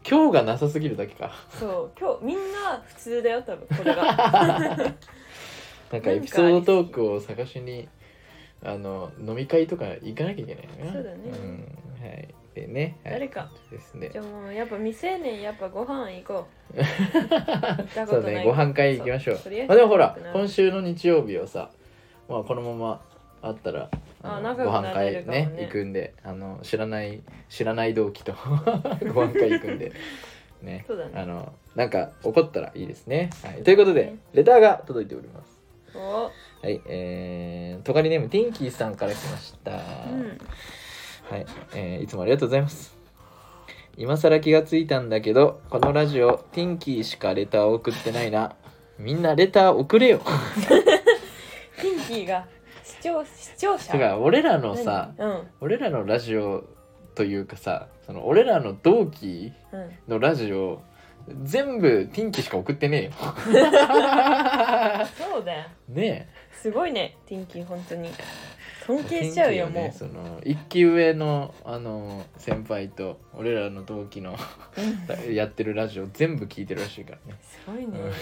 Speaker 1: 今日がなさすぎるだけか (laughs)
Speaker 2: そう今日みんな普通だよ多分これが
Speaker 1: なんかエピソードトークを探しにあの飲み会とか行かなきゃいけないよね。
Speaker 2: そうだね
Speaker 1: ん、はい。でね。はい
Speaker 2: 誰か。
Speaker 1: ですね
Speaker 2: じ。ゃあもうやっぱ未成年やっぱご飯行こ
Speaker 1: (laughs)
Speaker 2: う行ったこ
Speaker 1: そ
Speaker 2: と
Speaker 1: う
Speaker 2: ない
Speaker 1: ね。ご飯会行きましょう
Speaker 2: そとりあえ。ず
Speaker 1: まあでもほら
Speaker 2: 仲良くなる
Speaker 1: 今週の日曜日をさ、まあこのままあったらの
Speaker 2: あ仲良
Speaker 1: ご
Speaker 2: く
Speaker 1: 飯
Speaker 2: なれる
Speaker 1: 会
Speaker 2: かもね
Speaker 1: ね行くんで、あの知らない知らない同期と (laughs) ご飯会行くんで。ね、
Speaker 2: そうだね
Speaker 1: あのなんか怒ったらいいですね。はい、ということで、レターが届いております。
Speaker 2: お
Speaker 1: はい、えー、トカリネームティンキーさんから来ました。
Speaker 2: うん
Speaker 1: はい、えーいつもありがとうございます。今更気がついたんだけど、このラジオ、ティンキーしかレターを送ってないな。みんなレター送れよ。
Speaker 2: ピンキーが視聴視聴者
Speaker 1: てか、俺らのさ、
Speaker 2: 何
Speaker 1: 俺らのラジオというかさ、その俺らの同期
Speaker 2: うんうん
Speaker 1: のラジオ、全部ティンキーしか送ってねえよ。
Speaker 2: そうだよ
Speaker 1: ね
Speaker 2: すごいねティンキー本当に尊
Speaker 1: え。
Speaker 2: 敬しちゃうよ
Speaker 1: ティンキーは
Speaker 2: も
Speaker 1: ねその一期上のあの先輩と俺らの同期の
Speaker 2: う、う
Speaker 1: (laughs)
Speaker 2: ん
Speaker 1: やってるラジオ全部聞いてるらしいからね。
Speaker 2: すごいね
Speaker 1: うん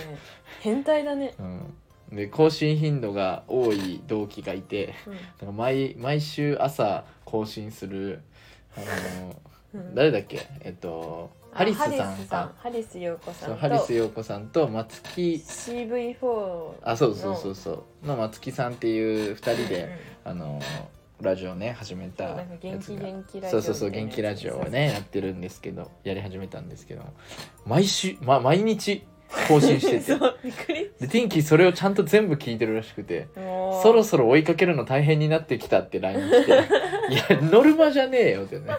Speaker 2: 変態だね
Speaker 1: うん、で更新頻度が多い同期がいて
Speaker 2: う
Speaker 1: なんか毎毎週朝更新する、あの
Speaker 2: んうん
Speaker 1: 誰だっけえっと
Speaker 2: あ
Speaker 1: ハリスさん
Speaker 2: ハリスさん
Speaker 1: あ
Speaker 2: ハリス陽子
Speaker 1: そ
Speaker 2: さ
Speaker 1: うんハリス
Speaker 2: と
Speaker 1: 陽子さんと松木
Speaker 2: CV4
Speaker 1: あそうそうそうそうの松木さんっていう2人
Speaker 2: うん
Speaker 1: で、あのラジオね始めた
Speaker 2: そうなんか元気元気ラジ
Speaker 1: そ
Speaker 2: オ
Speaker 1: うそうそう
Speaker 2: みたい
Speaker 1: 元
Speaker 2: な
Speaker 1: 気ラジオをねやってるんですけどやり始めたんですけど毎週、ま、毎日更新して
Speaker 2: (laughs)
Speaker 1: て
Speaker 2: (laughs) そうびっくり
Speaker 1: で天気それをちゃんと全部聞いてるらしくて
Speaker 2: もう
Speaker 1: そろそろ追いかけるの大変になってきたって
Speaker 2: (laughs)
Speaker 1: LINE 来て「いやノルマじゃねえよ」ってね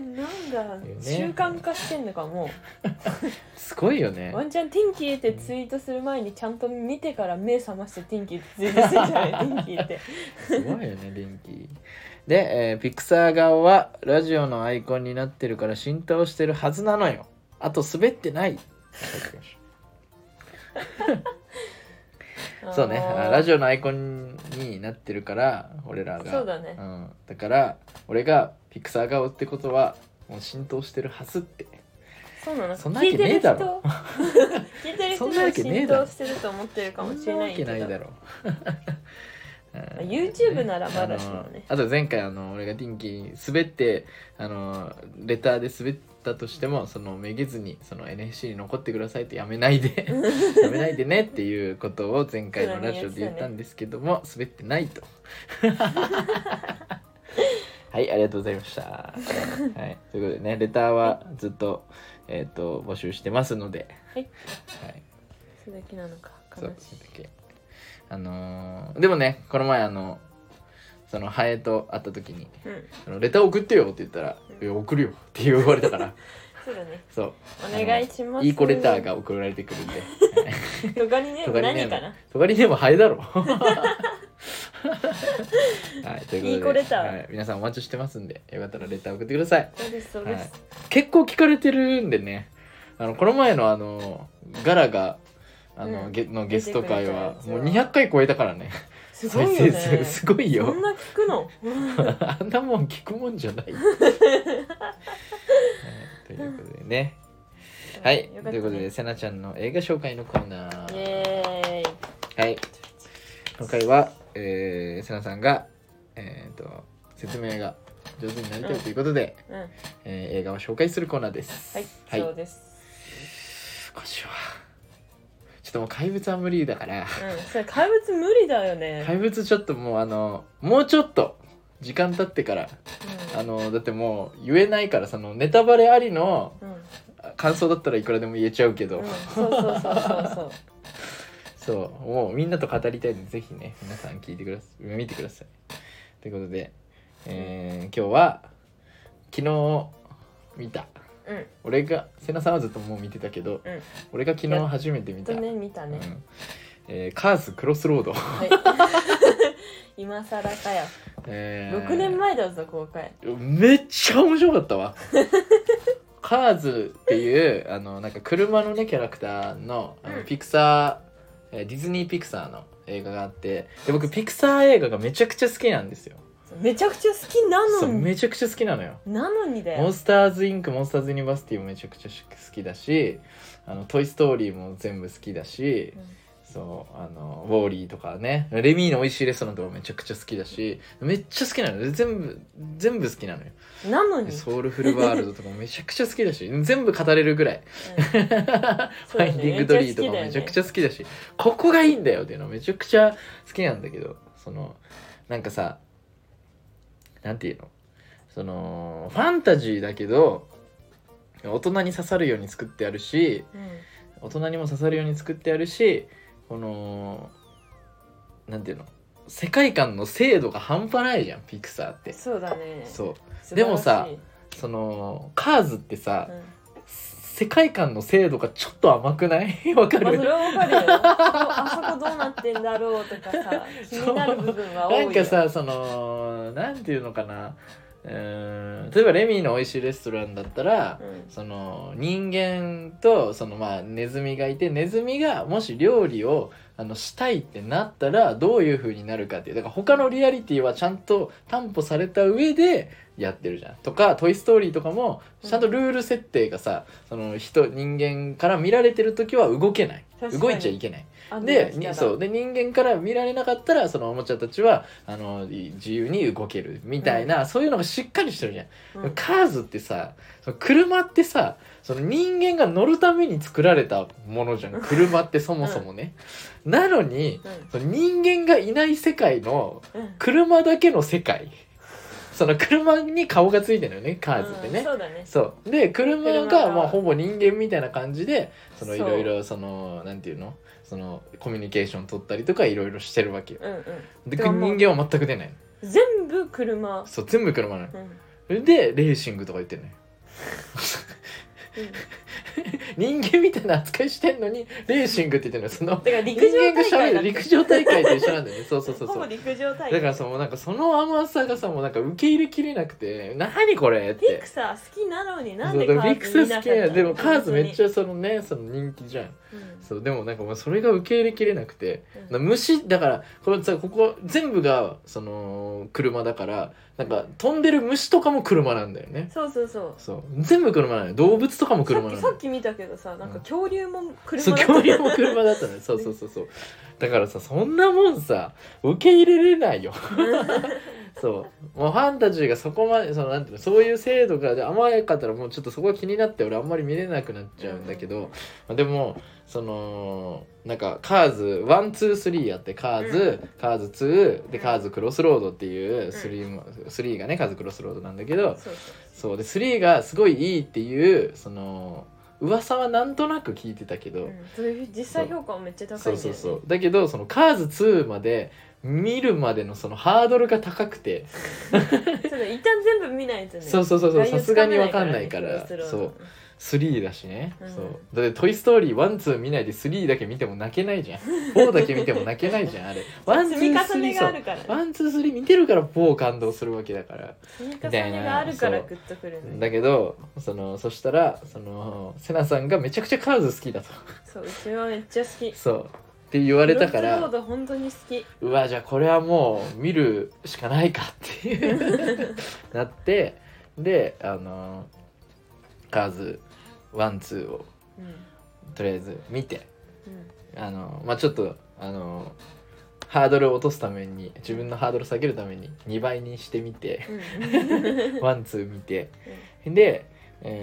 Speaker 2: なんだ、
Speaker 1: ね
Speaker 2: 習慣化してんのかも
Speaker 1: すごいよ
Speaker 2: う
Speaker 1: ね
Speaker 2: ワンチャン「天気」ってツイートする前にちゃんと見てから目覚まして「天気」ってツイートするじゃ
Speaker 1: (laughs)
Speaker 2: ない天気って
Speaker 1: すごいよね電気で、えーピクサー側はラジオのアイコンになってるから浸透してるはずなのよあと滑ってないそうねあラジオのアイコンになってるから俺らが
Speaker 2: そうだね
Speaker 1: うん、だから俺がピクサー顔ってことはもう浸透してるはずって
Speaker 2: そうなの
Speaker 1: そんなわけねえだろ (laughs)
Speaker 2: 聞いてる人
Speaker 1: そ
Speaker 2: 聞い
Speaker 1: んなわ
Speaker 2: て
Speaker 1: け
Speaker 2: る
Speaker 1: ねえ
Speaker 2: 人
Speaker 1: だろ
Speaker 2: も浸透してると思ってるかもしれ
Speaker 1: そん
Speaker 2: な
Speaker 1: ないわ
Speaker 2: け
Speaker 1: け
Speaker 2: ど
Speaker 1: ないだろ
Speaker 2: (laughs)
Speaker 1: うん
Speaker 2: YouTube ならまだし
Speaker 1: あ
Speaker 2: も
Speaker 1: の
Speaker 2: ね
Speaker 1: あと前回あの俺が天気滑ってあのレターで滑ったとしてもそのめげずにその NSC に残ってくださいってやめない
Speaker 2: (laughs)
Speaker 1: でやめないでねっていうことを前回のラジオで言ったんですけども滑ってない
Speaker 2: (laughs)
Speaker 1: とはいありがとうございました、はい、ということでねレターはずっと,、えー、と募集してますので
Speaker 2: はい、
Speaker 1: はい
Speaker 2: それだけなのか悲
Speaker 1: そう
Speaker 2: しい
Speaker 1: だっけあのーでもねこの前あのそのハエと会った時に
Speaker 2: うん
Speaker 1: 「あのレター送ってよ」って言ったら「
Speaker 2: うん
Speaker 1: いや送るよ」って言われたから
Speaker 2: (laughs) そうだね
Speaker 1: そう
Speaker 2: お願いします
Speaker 1: いい子レターが送られてくるんで
Speaker 2: とがりね
Speaker 1: とがりね
Speaker 2: 何かな
Speaker 1: とがりでもハエだ
Speaker 2: (laughs)
Speaker 1: ろはい、ということで
Speaker 2: いい子レター
Speaker 1: はい、皆さんお待ちしてますんでよかったらレター送ってください
Speaker 2: そうですそうです
Speaker 1: 結構聞かれてるんでねあのこの前のあのガラがあの、
Speaker 2: うん
Speaker 1: ゲのゲスト会は
Speaker 2: 出てくれたやつは
Speaker 1: もう200回超えたからね
Speaker 2: すごいよ
Speaker 1: (laughs)
Speaker 2: ね
Speaker 1: 再生数すごい
Speaker 2: そ
Speaker 1: よ
Speaker 2: んな聞くの
Speaker 1: あんなもん聞くもんじゃ
Speaker 2: (laughs)
Speaker 1: ない。はいということでね。はい、
Speaker 2: (laughs) よか
Speaker 1: と
Speaker 2: ったね
Speaker 1: いうことで、せなちゃんの映画紹介のコーナ
Speaker 2: イ
Speaker 1: ー。
Speaker 2: エーイ
Speaker 1: はい。今回は、えー、せなさんが、えっ、と、説明が上手になりたいということで、
Speaker 2: うんは
Speaker 1: えー映画を紹介するコーナーです。
Speaker 2: い
Speaker 1: はい。
Speaker 2: そう
Speaker 1: 今
Speaker 2: です
Speaker 1: 週は、ちょっともう怪物は無理だから、
Speaker 2: うんそれ怪物無理だよね
Speaker 1: 怪物ちょっともうあの、もうちょっと、時間経ってから、あの、だってもう言えないから、そのネタバレありの、
Speaker 2: うんうん
Speaker 1: 感想だったらいくらでも言えちゃうけど、
Speaker 2: うんそうそうそうそうそう
Speaker 1: そうもうみんなと語りたいのでぜひね皆さん聞いてください見てくださいということで、えー今日は昨日見た
Speaker 2: うんうん
Speaker 1: 俺が瀬名さんはずっともう見てたけど
Speaker 2: うん
Speaker 1: 俺が昨日初めて見た、
Speaker 2: とね見た
Speaker 1: う
Speaker 2: ね
Speaker 1: んえーカーズクロスロード、
Speaker 2: はい。 (laughs) 今更かよ。
Speaker 1: えー
Speaker 2: 六年前だぞ公開。
Speaker 1: めっちゃ面白かったわ (laughs) カーズっていうあのなんか車のねキャラクターのあ
Speaker 2: う
Speaker 1: の
Speaker 2: ん
Speaker 1: ピクサー、えーディズニーピクサーの映画があってで僕ピクサー映画がめちゃくちゃ好きなんですよ
Speaker 2: めちゃくちゃ好きな
Speaker 1: そ
Speaker 2: の
Speaker 1: う
Speaker 2: に。
Speaker 1: めちゃくちゃ好きなのよ
Speaker 2: なのにだ
Speaker 1: モン
Speaker 2: よ。
Speaker 1: スターズインクモンスターズユニバーシティもめちゃくちゃ好きだしあのトイ・ストーリーも全部好きだし
Speaker 2: うん
Speaker 1: そうあのウォーリーとかねレミーの美味しいレストランとかめちゃくちゃ好きだしめっちゃ好きなのよ全部全部好きなのよ
Speaker 2: なのに。
Speaker 1: ソウルフルワールドとかもめちゃくちゃ好きだし全部語れるぐらい (laughs)
Speaker 2: う
Speaker 1: ファインディングドリーとかもめちゃくちゃ好きだしここがいいんだよっていうのめちゃくちゃ好きなんだけどそのなんかさなんていうのそのファンタジーだけど大人に刺さるように作ってあるし
Speaker 2: んうん
Speaker 1: 大人にも刺さるように作ってあるしこのなんていうの世界観の精度が半端ないじゃんピクサーって
Speaker 2: そうだね。
Speaker 1: そう
Speaker 2: 素晴らしい
Speaker 1: でもさそのカーズってさ、
Speaker 2: うん
Speaker 1: 世界観の精度がちょっと甘くない (laughs) わか
Speaker 2: まあそれ
Speaker 1: る
Speaker 2: はわかるよ。あそこどうなってんだろうとかさ、気になる部分は多い
Speaker 1: な
Speaker 2: よ。
Speaker 1: んかさそのなんていうのかなうーん例えばレミーの美味しいレストランだったら、
Speaker 2: うん、
Speaker 1: その人間とそのまあネズミがいてネズミがもし料理をあのしたいってなったらどういう風になるかっていうだから他のリアリティはちゃんと担保された上でやってるじゃんとか「トイ・ストーリー」とかもちゃんとルール設定がさ、その人人間から見られてる時は動けない
Speaker 2: 確かに
Speaker 1: 動いちゃいけない
Speaker 2: あ
Speaker 1: で
Speaker 2: 見た
Speaker 1: に
Speaker 2: ら
Speaker 1: そうで人間から見られなかったらそのおもちゃたちはあのい自由に動けるみたいな、そういうのがしっかりしてるじゃん。
Speaker 2: うん
Speaker 1: カーズってさその車ってさその人間が乗るために作られたものじゃん車ってそもそもね。なのにその人間がいない世界の
Speaker 2: うんうん
Speaker 1: 車だけの世界その車に顔がついてるよねカーズって
Speaker 2: う
Speaker 1: ね
Speaker 2: ん。そうだね。
Speaker 1: そうで車
Speaker 2: 車
Speaker 1: が
Speaker 2: が
Speaker 1: まあほぼ人間みたいな感じでそのい
Speaker 2: そう
Speaker 1: ろいろそのなんていうのそのコミュニケーション取ったりとかいろいろしてるわけよ。
Speaker 2: うんうん。
Speaker 1: で
Speaker 2: てか
Speaker 1: 人
Speaker 2: もう
Speaker 1: 間は全く出ないの
Speaker 2: 全部車。
Speaker 1: そう全部車なの
Speaker 2: うん
Speaker 1: でレーシングとか言ってるのよ
Speaker 2: うん
Speaker 1: 人間みたいな扱いしてんのにレーシングって言ってるのよその
Speaker 2: だから陸
Speaker 1: 人間
Speaker 2: 上
Speaker 1: が
Speaker 2: 大
Speaker 1: 喋
Speaker 2: 会だ
Speaker 1: る
Speaker 2: って
Speaker 1: 陸上大会と一緒なんだよねそうそうそう
Speaker 2: ほ
Speaker 1: そ
Speaker 2: ぼ
Speaker 1: う
Speaker 2: 陸上大会
Speaker 1: だからさもうなんかその甘さがさもうなんか受け入れきれなくて何これっ
Speaker 2: ピ
Speaker 1: て
Speaker 2: クサー好きなのになん
Speaker 1: そう
Speaker 2: で
Speaker 1: だ
Speaker 2: カ
Speaker 1: からビ
Speaker 2: ー
Speaker 1: ク
Speaker 2: ズ見
Speaker 1: ス
Speaker 2: なか
Speaker 1: 好
Speaker 2: っ
Speaker 1: き
Speaker 2: たの
Speaker 1: やでもカーズめっち
Speaker 2: ゃ、
Speaker 1: ゃそのねその人気じゃん
Speaker 2: うん
Speaker 1: そうでもなんかもうそれが受け入れきれなくて
Speaker 2: うん
Speaker 1: 虫だからこれさここ全部がその車だからなんか飛んでる虫とかも車なんだよね
Speaker 2: そうそうそう
Speaker 1: そう全部車なのよ動物とかも車なの
Speaker 2: さっ
Speaker 1: よ
Speaker 2: きさっき見たけどさなんか恐竜も
Speaker 1: そう
Speaker 2: 車だった
Speaker 1: 恐竜も車だったねそうそうそうそうだからさそんなもんさ受け入れれない
Speaker 2: (laughs)
Speaker 1: よそうもうファンタジーがそこまでそのなんていうのそういう制度が甘かったらもうちょっとそこが気になって俺あんまり見れなくなっちゃうんだけど、まあでもそのなんかカーズ123やってカーズ、カーズ2でカーズクロスロードっていう3も、3がねカーズクロスロードなんだけど
Speaker 2: そう
Speaker 1: そうで3がすごいいいっていうその噂はなんとなく聞いてたけど、
Speaker 2: そう、うん、それ実際評価もめっちゃ高いんだ
Speaker 1: そ
Speaker 2: よ
Speaker 1: う
Speaker 2: ね
Speaker 1: そう
Speaker 2: (laughs)
Speaker 1: そうだけどそのカーズ2まで見るまでのそのハードルが高くて、
Speaker 2: そうだ一旦全部見ないとね
Speaker 1: そうそうそうそう
Speaker 2: 概要
Speaker 1: さすがに
Speaker 2: つ
Speaker 1: わかんないから
Speaker 2: クロスロード
Speaker 1: 3だしね、
Speaker 2: うん
Speaker 1: そうだって「トイ・ストーリー1」2見ないで3だけ見ても泣けないじゃん4だけ見ても泣けないじゃんあれワンツ
Speaker 2: 積み
Speaker 1: ー
Speaker 2: 重
Speaker 1: スリ
Speaker 2: ね
Speaker 1: ー
Speaker 2: が
Speaker 1: そ
Speaker 2: あ
Speaker 1: う
Speaker 2: るからね
Speaker 1: ワンツースリー見てるから4感動するわけだから
Speaker 2: 積み重ねがあるからグッとくるんだ
Speaker 1: だけどそのそしたらそのセナさんがめちゃくちゃカーズ好きだと
Speaker 2: そううちはめっちゃ好き
Speaker 1: そうって言われたか
Speaker 2: ロー
Speaker 1: ら
Speaker 2: ド本当に好き
Speaker 1: うわじゃあこれはもう見るしかないかっていうなってであのカーズワンツーを
Speaker 2: うん
Speaker 1: とりあえず見て
Speaker 2: うん
Speaker 1: あのまあちょっとあのハードルを落とすために自分のハードルを下げるために2倍にしてみ
Speaker 2: (laughs)
Speaker 1: て
Speaker 2: うん
Speaker 1: ワンツー見てで、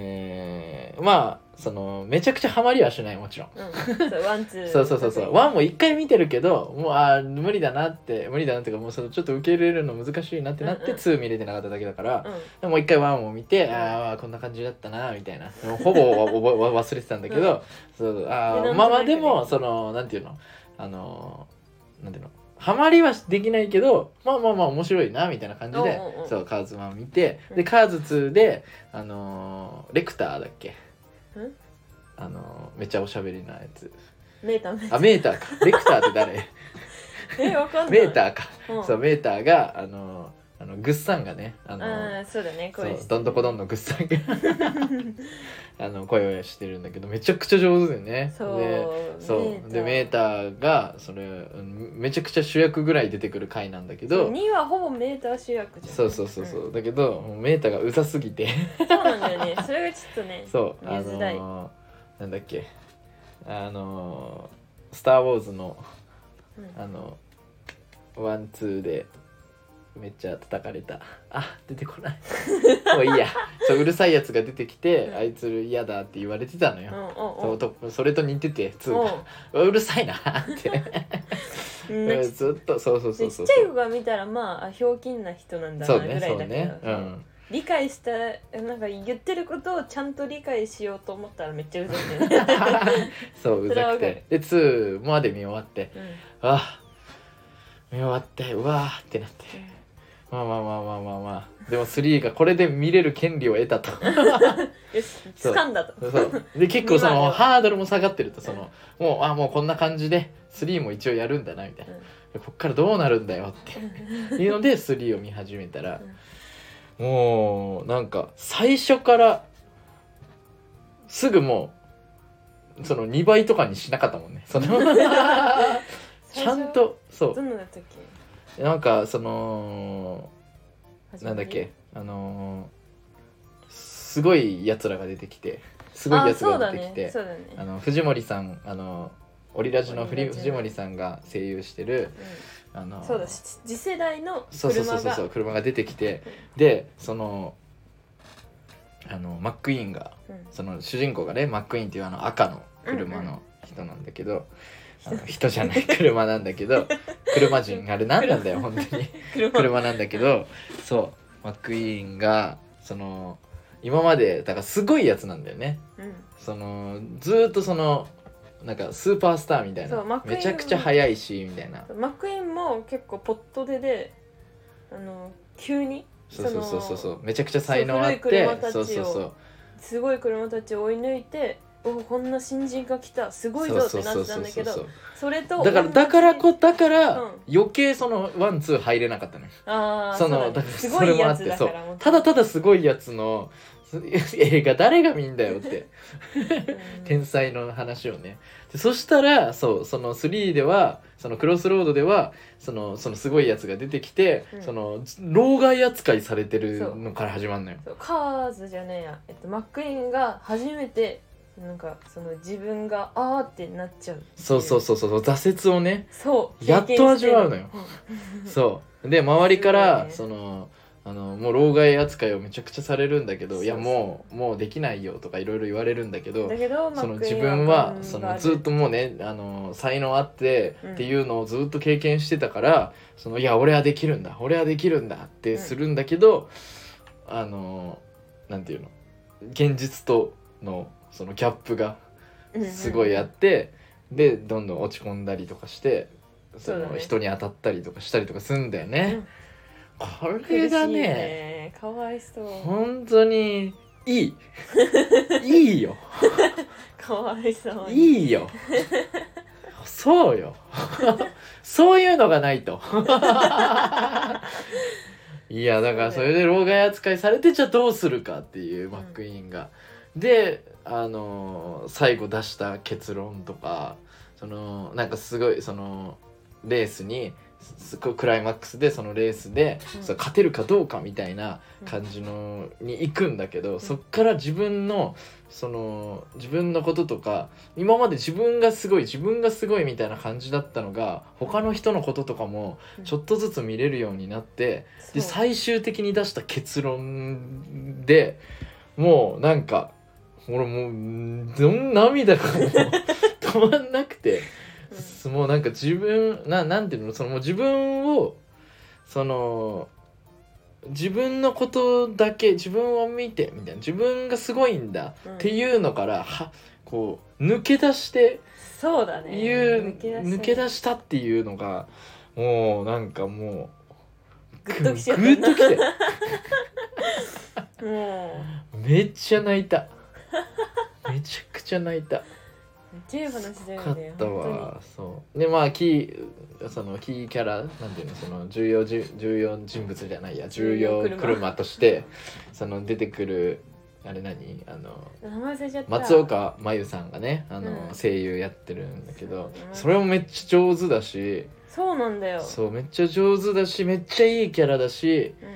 Speaker 1: えーまあそのめちゃくちゃハマりはしないもちろん。 (laughs)
Speaker 2: うんそうワンツー
Speaker 1: そうそうそうそうワンも一回見てるけどもうあー無理だなって無理だなっていうかもうそのちょっと受け入れるの難しいなってなっ
Speaker 2: うん
Speaker 1: て
Speaker 2: うん
Speaker 1: 2見れてなかっただけだから、
Speaker 2: うん
Speaker 1: でもう一回ワンを見て、ああこんな感じだったなみたいなもうほぼわ覚えわ忘れてたんだけど、そうあ
Speaker 2: でな
Speaker 1: ー
Speaker 2: んとなくね
Speaker 1: まあまあでもそのなんていうのあのーなんていうのハマりはできないけどまあまあまあ面白いなみたいな感じで
Speaker 2: おうおうおう
Speaker 1: そうカーズマン見て
Speaker 2: う
Speaker 1: で
Speaker 2: ん
Speaker 1: カーズ2であのーレクターだっけ
Speaker 2: ん
Speaker 1: あのーめっちゃおしゃべりなやつ
Speaker 2: メーター
Speaker 1: あメーターかレクターって
Speaker 2: (laughs)
Speaker 1: 誰
Speaker 2: えわかんない
Speaker 1: メーターか
Speaker 2: うん
Speaker 1: そうメーターがあのーあのグッサンがねあのー
Speaker 2: あーそうだね
Speaker 1: そ
Speaker 2: これ
Speaker 1: うどんどこどんどんぐっさんが
Speaker 2: (laughs)
Speaker 1: あの声をしてるんだけどめちゃくちゃ上手だよね
Speaker 2: そう
Speaker 1: でそうでメー
Speaker 2: タ
Speaker 1: ターがそれうんめちゃくちゃ主役ぐらい出てくる回なんだけ
Speaker 2: ー
Speaker 1: ど
Speaker 2: 2はほぼメーター主役じゃん
Speaker 1: そうそうそうそう、だけどもうメーターがうざすぎて
Speaker 2: そうなんだよねそれがちょっとね
Speaker 1: そう
Speaker 2: 見
Speaker 1: あ
Speaker 2: づらい
Speaker 1: のーなんだっけあのースター・ウォーズ」の
Speaker 2: うん
Speaker 1: あのワンツーでめっちゃ叩かれたあ出てこ
Speaker 2: (laughs)
Speaker 1: ないもういいやそううるさいやつが出てきて、
Speaker 2: うん
Speaker 1: あいつ嫌だって言われてたの
Speaker 2: う
Speaker 1: よ、
Speaker 2: ん
Speaker 1: そう
Speaker 2: う
Speaker 1: とそれと似ててツ
Speaker 2: んうん
Speaker 1: ーがうるさいなって
Speaker 2: うんなんか
Speaker 1: うん (laughs) ずっとそうそうそう
Speaker 2: でち
Speaker 1: そ
Speaker 2: っ
Speaker 1: う
Speaker 2: ちゃい子が見たらまああひょうきんな人なんだ
Speaker 1: そ
Speaker 2: な
Speaker 1: う
Speaker 2: ぐ
Speaker 1: ね
Speaker 2: ら
Speaker 1: そ
Speaker 2: いうだけど、
Speaker 1: ねうん
Speaker 2: 理解したなんか言ってることをちゃんと理解しようと思ったらめっちゃうざいんだよね
Speaker 1: そうう
Speaker 2: それ
Speaker 1: ざ
Speaker 2: は
Speaker 1: く
Speaker 2: わか
Speaker 1: て
Speaker 2: る
Speaker 1: でツーまで見終わって
Speaker 2: うん
Speaker 1: あ見終わってうわーってなってまあまあまあまあまあまあでも3がこれで見れる権利を得たと
Speaker 2: よし掴んだと
Speaker 1: そうで結構そ
Speaker 2: 今
Speaker 1: の
Speaker 2: の
Speaker 1: ハードルも下がってるとそのもうあもうこんな感じで3も一応やるんだなみたいな、こっからどうなるんだよっていうので3を見始めたら、もうなんか最初からすぐもうその2倍とかにしなかったもんねそのちゃんとそ
Speaker 2: どんなだったっ
Speaker 1: うなんかその
Speaker 2: け
Speaker 1: なんだっけあのーすごいやつらが出てきてすごいやつが出てきて
Speaker 2: あ。そうだね
Speaker 1: あ
Speaker 2: そうだね
Speaker 1: の藤森さんあのオリラジのフ
Speaker 2: オ
Speaker 1: リ
Speaker 2: リラジ
Speaker 1: 藤森さんが声優してるあ
Speaker 2: う
Speaker 1: の
Speaker 2: んそうだし次世代の
Speaker 1: そうそう
Speaker 2: 車
Speaker 1: そう
Speaker 2: が
Speaker 1: そうそう車が出てきてでそのあのマックイーンが
Speaker 2: うん
Speaker 1: その主人公がねマックイーンっていうあの赤の車の人なんだけど、あの人じゃない (laughs) 車なんだけど車人あれ何なんだよ本当に
Speaker 2: 車
Speaker 1: 車なんだけどそうマックイーンがその今までだからすごいやつなんだよね
Speaker 2: うん
Speaker 1: そのずーっとそのなんかスーパースターみたい
Speaker 2: そ
Speaker 1: な
Speaker 2: うマックイーン
Speaker 1: めちゃくちゃ速いしみたいな
Speaker 2: マックイーンも結構ポットでであの急に
Speaker 1: そうそうそうそうそ
Speaker 2: そう
Speaker 1: めちゃくちゃ才能あっ
Speaker 2: 古い
Speaker 1: て
Speaker 2: 車たち
Speaker 1: そ
Speaker 2: を
Speaker 1: うそうそう
Speaker 2: すごい車たちを追い抜いておこんな新人が来たすごいぞってなってたんだけどそれと
Speaker 1: だからだからこだから、
Speaker 2: うん
Speaker 1: 余計そのワンツー入れなかったのよ
Speaker 2: ああ
Speaker 1: その
Speaker 2: う
Speaker 1: だ
Speaker 2: だ
Speaker 1: か
Speaker 2: ね
Speaker 1: ら
Speaker 2: す
Speaker 1: そ
Speaker 2: ご
Speaker 1: れ
Speaker 2: い
Speaker 1: もあ
Speaker 2: や
Speaker 1: っ
Speaker 2: つ
Speaker 1: て
Speaker 2: だ
Speaker 1: そ
Speaker 2: か
Speaker 1: う
Speaker 2: らもう
Speaker 1: ただただすごいやつのす映画誰が見んだよって
Speaker 2: うん
Speaker 1: 天才の話をねでそしたらそうその3ではそのクロスロードではそのそのすごいやつが出てきて、
Speaker 2: うん
Speaker 1: その老害扱いされてるのから始まるのよ
Speaker 2: そうカーズじゃねえや、えっと、マックイーンが初めてなんかその自分があーってなっちゃう
Speaker 1: そうそうそうそう挫折をね
Speaker 2: そう
Speaker 1: やっと
Speaker 2: 経験してる
Speaker 1: 味わうのよそうで周りから、
Speaker 2: す
Speaker 1: そ
Speaker 2: ご
Speaker 1: のあのもう老害扱いをめちゃくちゃされるんだけど
Speaker 2: そうそう
Speaker 1: いやもうもうできないよとかいろいろ言われるんだけど
Speaker 2: だけどマ
Speaker 1: その
Speaker 2: ックイ
Speaker 1: 自
Speaker 2: ーン
Speaker 1: 分は
Speaker 2: うん
Speaker 1: そ
Speaker 2: があ
Speaker 1: の
Speaker 2: る
Speaker 1: ずっともうねあの才能あって
Speaker 2: うん
Speaker 1: っていうのをずっと経験してたから、そのいや俺はできるんだ俺はできるんだってするんだけど、あのなんていうの現実とのそのギャップが
Speaker 2: うんうん
Speaker 1: すごいあって、でどんどん落ち込んだりとかしてそ
Speaker 2: そうだ
Speaker 1: の
Speaker 2: ね
Speaker 1: 人に当たったりとかしたりとかするんだよね。こ
Speaker 2: 苦しい
Speaker 1: れ
Speaker 2: ね
Speaker 1: がね
Speaker 2: かわいそう
Speaker 1: 本当にい
Speaker 2: (laughs)
Speaker 1: いいいよ
Speaker 2: かわいそうに
Speaker 1: いいよそうよ (laughs) そういうのがない
Speaker 2: (laughs)
Speaker 1: といやだからそれで老害扱いされてじゃあどうするかっていうマックイーンが。であのー最後出した結論とかそのなんかすごいそのレースにすすごいクライマックスでそのレースで、
Speaker 2: うん
Speaker 1: そう勝てるかどうかみたいな感じのに行くんだけど、そっから自分のその自分のこととか今まで自分がすごい自分がすごいみたいな感じだったのが他の人のこととかも
Speaker 2: うん
Speaker 1: ちょっとずつ見れるようになって、
Speaker 2: そう
Speaker 1: で最終的に出した結論でもうなんか俺もうんどん涙がもう (laughs) 止まんなくて、もうなんか自分ななんていうのそのもう自分をその自分のことだけ自分を見てみたいな自分がすごいんだ
Speaker 2: うん
Speaker 1: っていうのからはこう抜け出して
Speaker 2: そうだね
Speaker 1: いう抜け
Speaker 2: し
Speaker 1: 出したっていうのがもうなんかもう
Speaker 2: グッときちゃった
Speaker 1: グッときて
Speaker 2: も
Speaker 1: めっちゃ泣いためちゃくちゃ泣いた
Speaker 2: うめっちゃいい話だよ
Speaker 1: かっ
Speaker 2: ね
Speaker 1: たわそうでまあキーそのキーキャラなんていうのその重要じゅ重要人物じゃないや重要
Speaker 2: 重要車
Speaker 1: 車としてその出てくるあれ何あの
Speaker 2: 本当に名前忘れちゃった
Speaker 1: 松岡真由さんがねあの、
Speaker 2: うん
Speaker 1: 声優やってるんだけど
Speaker 2: そうね
Speaker 1: それもめっちゃ上手だし
Speaker 2: そうなんだよ
Speaker 1: そうめっちゃ上手だしめっちゃいいキャラだし
Speaker 2: うん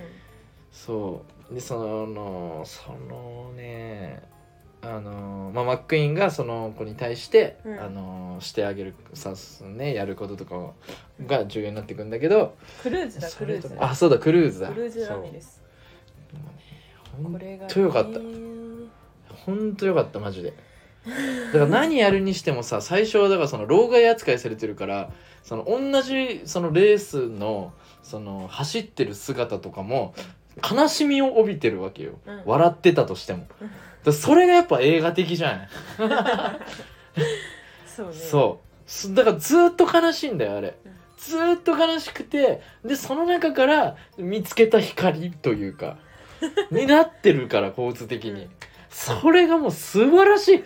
Speaker 1: そうでそのそのねあの、まあ、マックイーンがその子に対して、
Speaker 2: うん
Speaker 1: あのしてあげるさねやることとかをが重要になってくんだけど
Speaker 2: クルーズだ
Speaker 1: そ
Speaker 2: ク
Speaker 1: れ
Speaker 2: ルー
Speaker 1: と
Speaker 2: ズ
Speaker 1: かあそうだクルーズだ
Speaker 2: クルーズラ
Speaker 1: そう
Speaker 2: ミです
Speaker 1: ほん
Speaker 2: これが
Speaker 1: とよかった
Speaker 2: ね
Speaker 1: ほんとよかったマジでだから何やるにしてもさ最初はだからその老害扱いされてるからその同じそのレースのその走ってる姿とかも悲しみを帯びてるわけよ、
Speaker 2: うん
Speaker 1: 笑ってたとしても
Speaker 2: うん
Speaker 1: だからそれがやっぱ映画的じゃん、
Speaker 2: そうね
Speaker 1: そうすだからずっと悲しいんだよあれ
Speaker 2: うん
Speaker 1: ずっと悲しくてでその中から見つけた光という
Speaker 2: (laughs)
Speaker 1: かになってるから構図的に、
Speaker 2: うん
Speaker 1: それがもう素晴らしい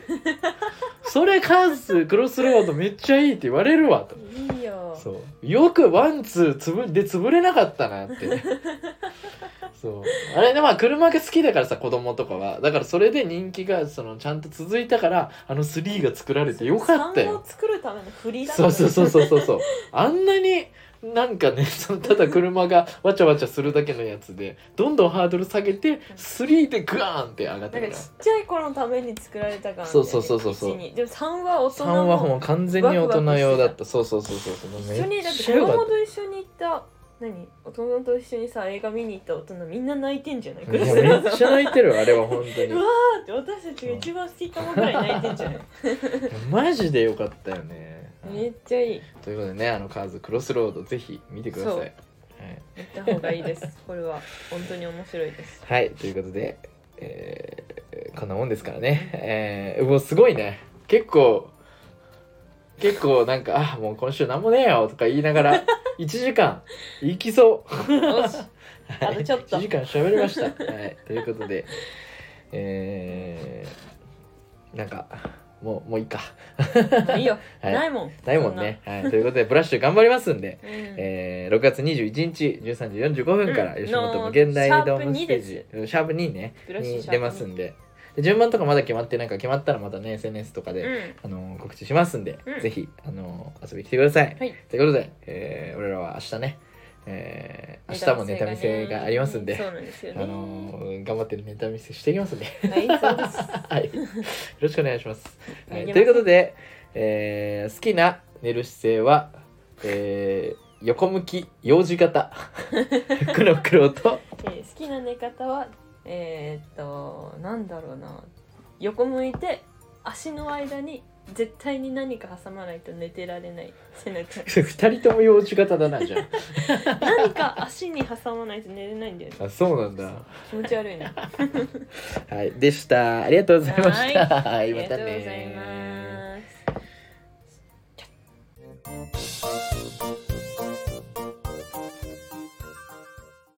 Speaker 1: それカーズクロスロードめっちゃいいって言われるわと
Speaker 2: いいよ
Speaker 1: そうよくワンツーつぶで潰れなかったなってねそうあれでまあ車が好きだからさ子供とかはだからそれで人気がそのちゃんと続いたからあの3が作られてよかった
Speaker 2: 産
Speaker 1: よ
Speaker 2: を作るための振りだ
Speaker 1: そうそうそううそうそうそうあんなになんかねそのただ車がわちゃわちゃするだけのやつでどんどんハードル下げて3でグワーンって上がっ
Speaker 2: な
Speaker 1: た
Speaker 2: ん
Speaker 1: か
Speaker 2: からちっちゃい子のために作られた感じ
Speaker 1: そうそうそうそうそう
Speaker 2: 一にでも3は大人
Speaker 1: 3はも
Speaker 2: の
Speaker 1: う完全に大人用だったそうそうそうそうそう
Speaker 2: 一緒にだって子
Speaker 1: よかっ
Speaker 2: 供と一緒に行った何大人と一緒にさ映画見に行った大人みんな泣いてんじゃない
Speaker 1: た
Speaker 2: ク
Speaker 1: い
Speaker 2: ロ
Speaker 1: や
Speaker 2: スロー
Speaker 1: め
Speaker 2: ド
Speaker 1: っちゃ泣いてるわあれは本当に
Speaker 2: うわーって私たちが一番好きかもぐらい泣いてん
Speaker 1: (laughs)
Speaker 2: じゃない
Speaker 1: マジでよかったよね。
Speaker 2: めっちゃいい
Speaker 1: ということでね、あのカーズクロスロードぜひ見てください。
Speaker 2: そう
Speaker 1: はい、
Speaker 2: 行った方がいい
Speaker 1: (laughs)
Speaker 2: ですこれは本当に面白いです
Speaker 1: はいということで、えーこんなもんですからね。えー、うおすごいね。結構結構なんかあもう今週なんもねえよとか言いながら1時間いきそう。
Speaker 2: よしあ
Speaker 1: はい
Speaker 2: とちょっと (laughs)
Speaker 1: 1時間喋りました。はいということで。えー、なんかもうもういいか、
Speaker 2: まあいいよ、
Speaker 1: はい、
Speaker 2: ないもん
Speaker 1: ないもんね、はい、ということでブラッシュ頑張りますんで
Speaker 2: そんなうん
Speaker 1: えー、6月21日13時45分から
Speaker 2: うん
Speaker 1: 吉本も
Speaker 2: の
Speaker 1: 現代ドーム
Speaker 2: シャ
Speaker 1: ステ
Speaker 2: ープ2
Speaker 1: ー
Speaker 2: で
Speaker 1: ジ
Speaker 2: す
Speaker 1: うんシャープ2ね
Speaker 2: ブラッシュ
Speaker 1: に
Speaker 2: シャープ
Speaker 1: 出
Speaker 2: 2
Speaker 1: ますんでで順番とかまだ決まってなんか決まったらまたね SNS とかで、
Speaker 2: うん
Speaker 1: あのー告知しますんで、
Speaker 2: うん
Speaker 1: ぜひ、あのー遊びに来てください、
Speaker 2: はい
Speaker 1: ということで、えー、俺らは明日ね、えー、明日もネタ見せがありますんで
Speaker 2: そうなんですよね
Speaker 1: あのー頑張ってネタ見せしていきますん
Speaker 2: (laughs)
Speaker 1: で
Speaker 2: はいそうです
Speaker 1: はいよろしくお願いします、は
Speaker 2: お願い
Speaker 1: い、
Speaker 2: します
Speaker 1: ということで、えー、好きな寝る姿勢は、えー、横向き幼児
Speaker 2: (laughs)
Speaker 1: 型くろくろと
Speaker 2: えー好きな寝方はえーっとなんだろうな横向いて足の間に絶対に何か挟まないと寝てられない背中
Speaker 1: 二人とも幼児型だなじゃ
Speaker 2: 何か足に挟まないと寝れないんだよね
Speaker 1: (laughs)
Speaker 2: (laughs)
Speaker 1: ああそうなんだ
Speaker 2: 気持
Speaker 1: (laughs)
Speaker 2: ち悪いなあ
Speaker 1: (laughs) はいでしたありがとうございましたはい
Speaker 2: り
Speaker 1: ま
Speaker 2: がと
Speaker 1: た
Speaker 2: うござい
Speaker 1: ね
Speaker 2: ます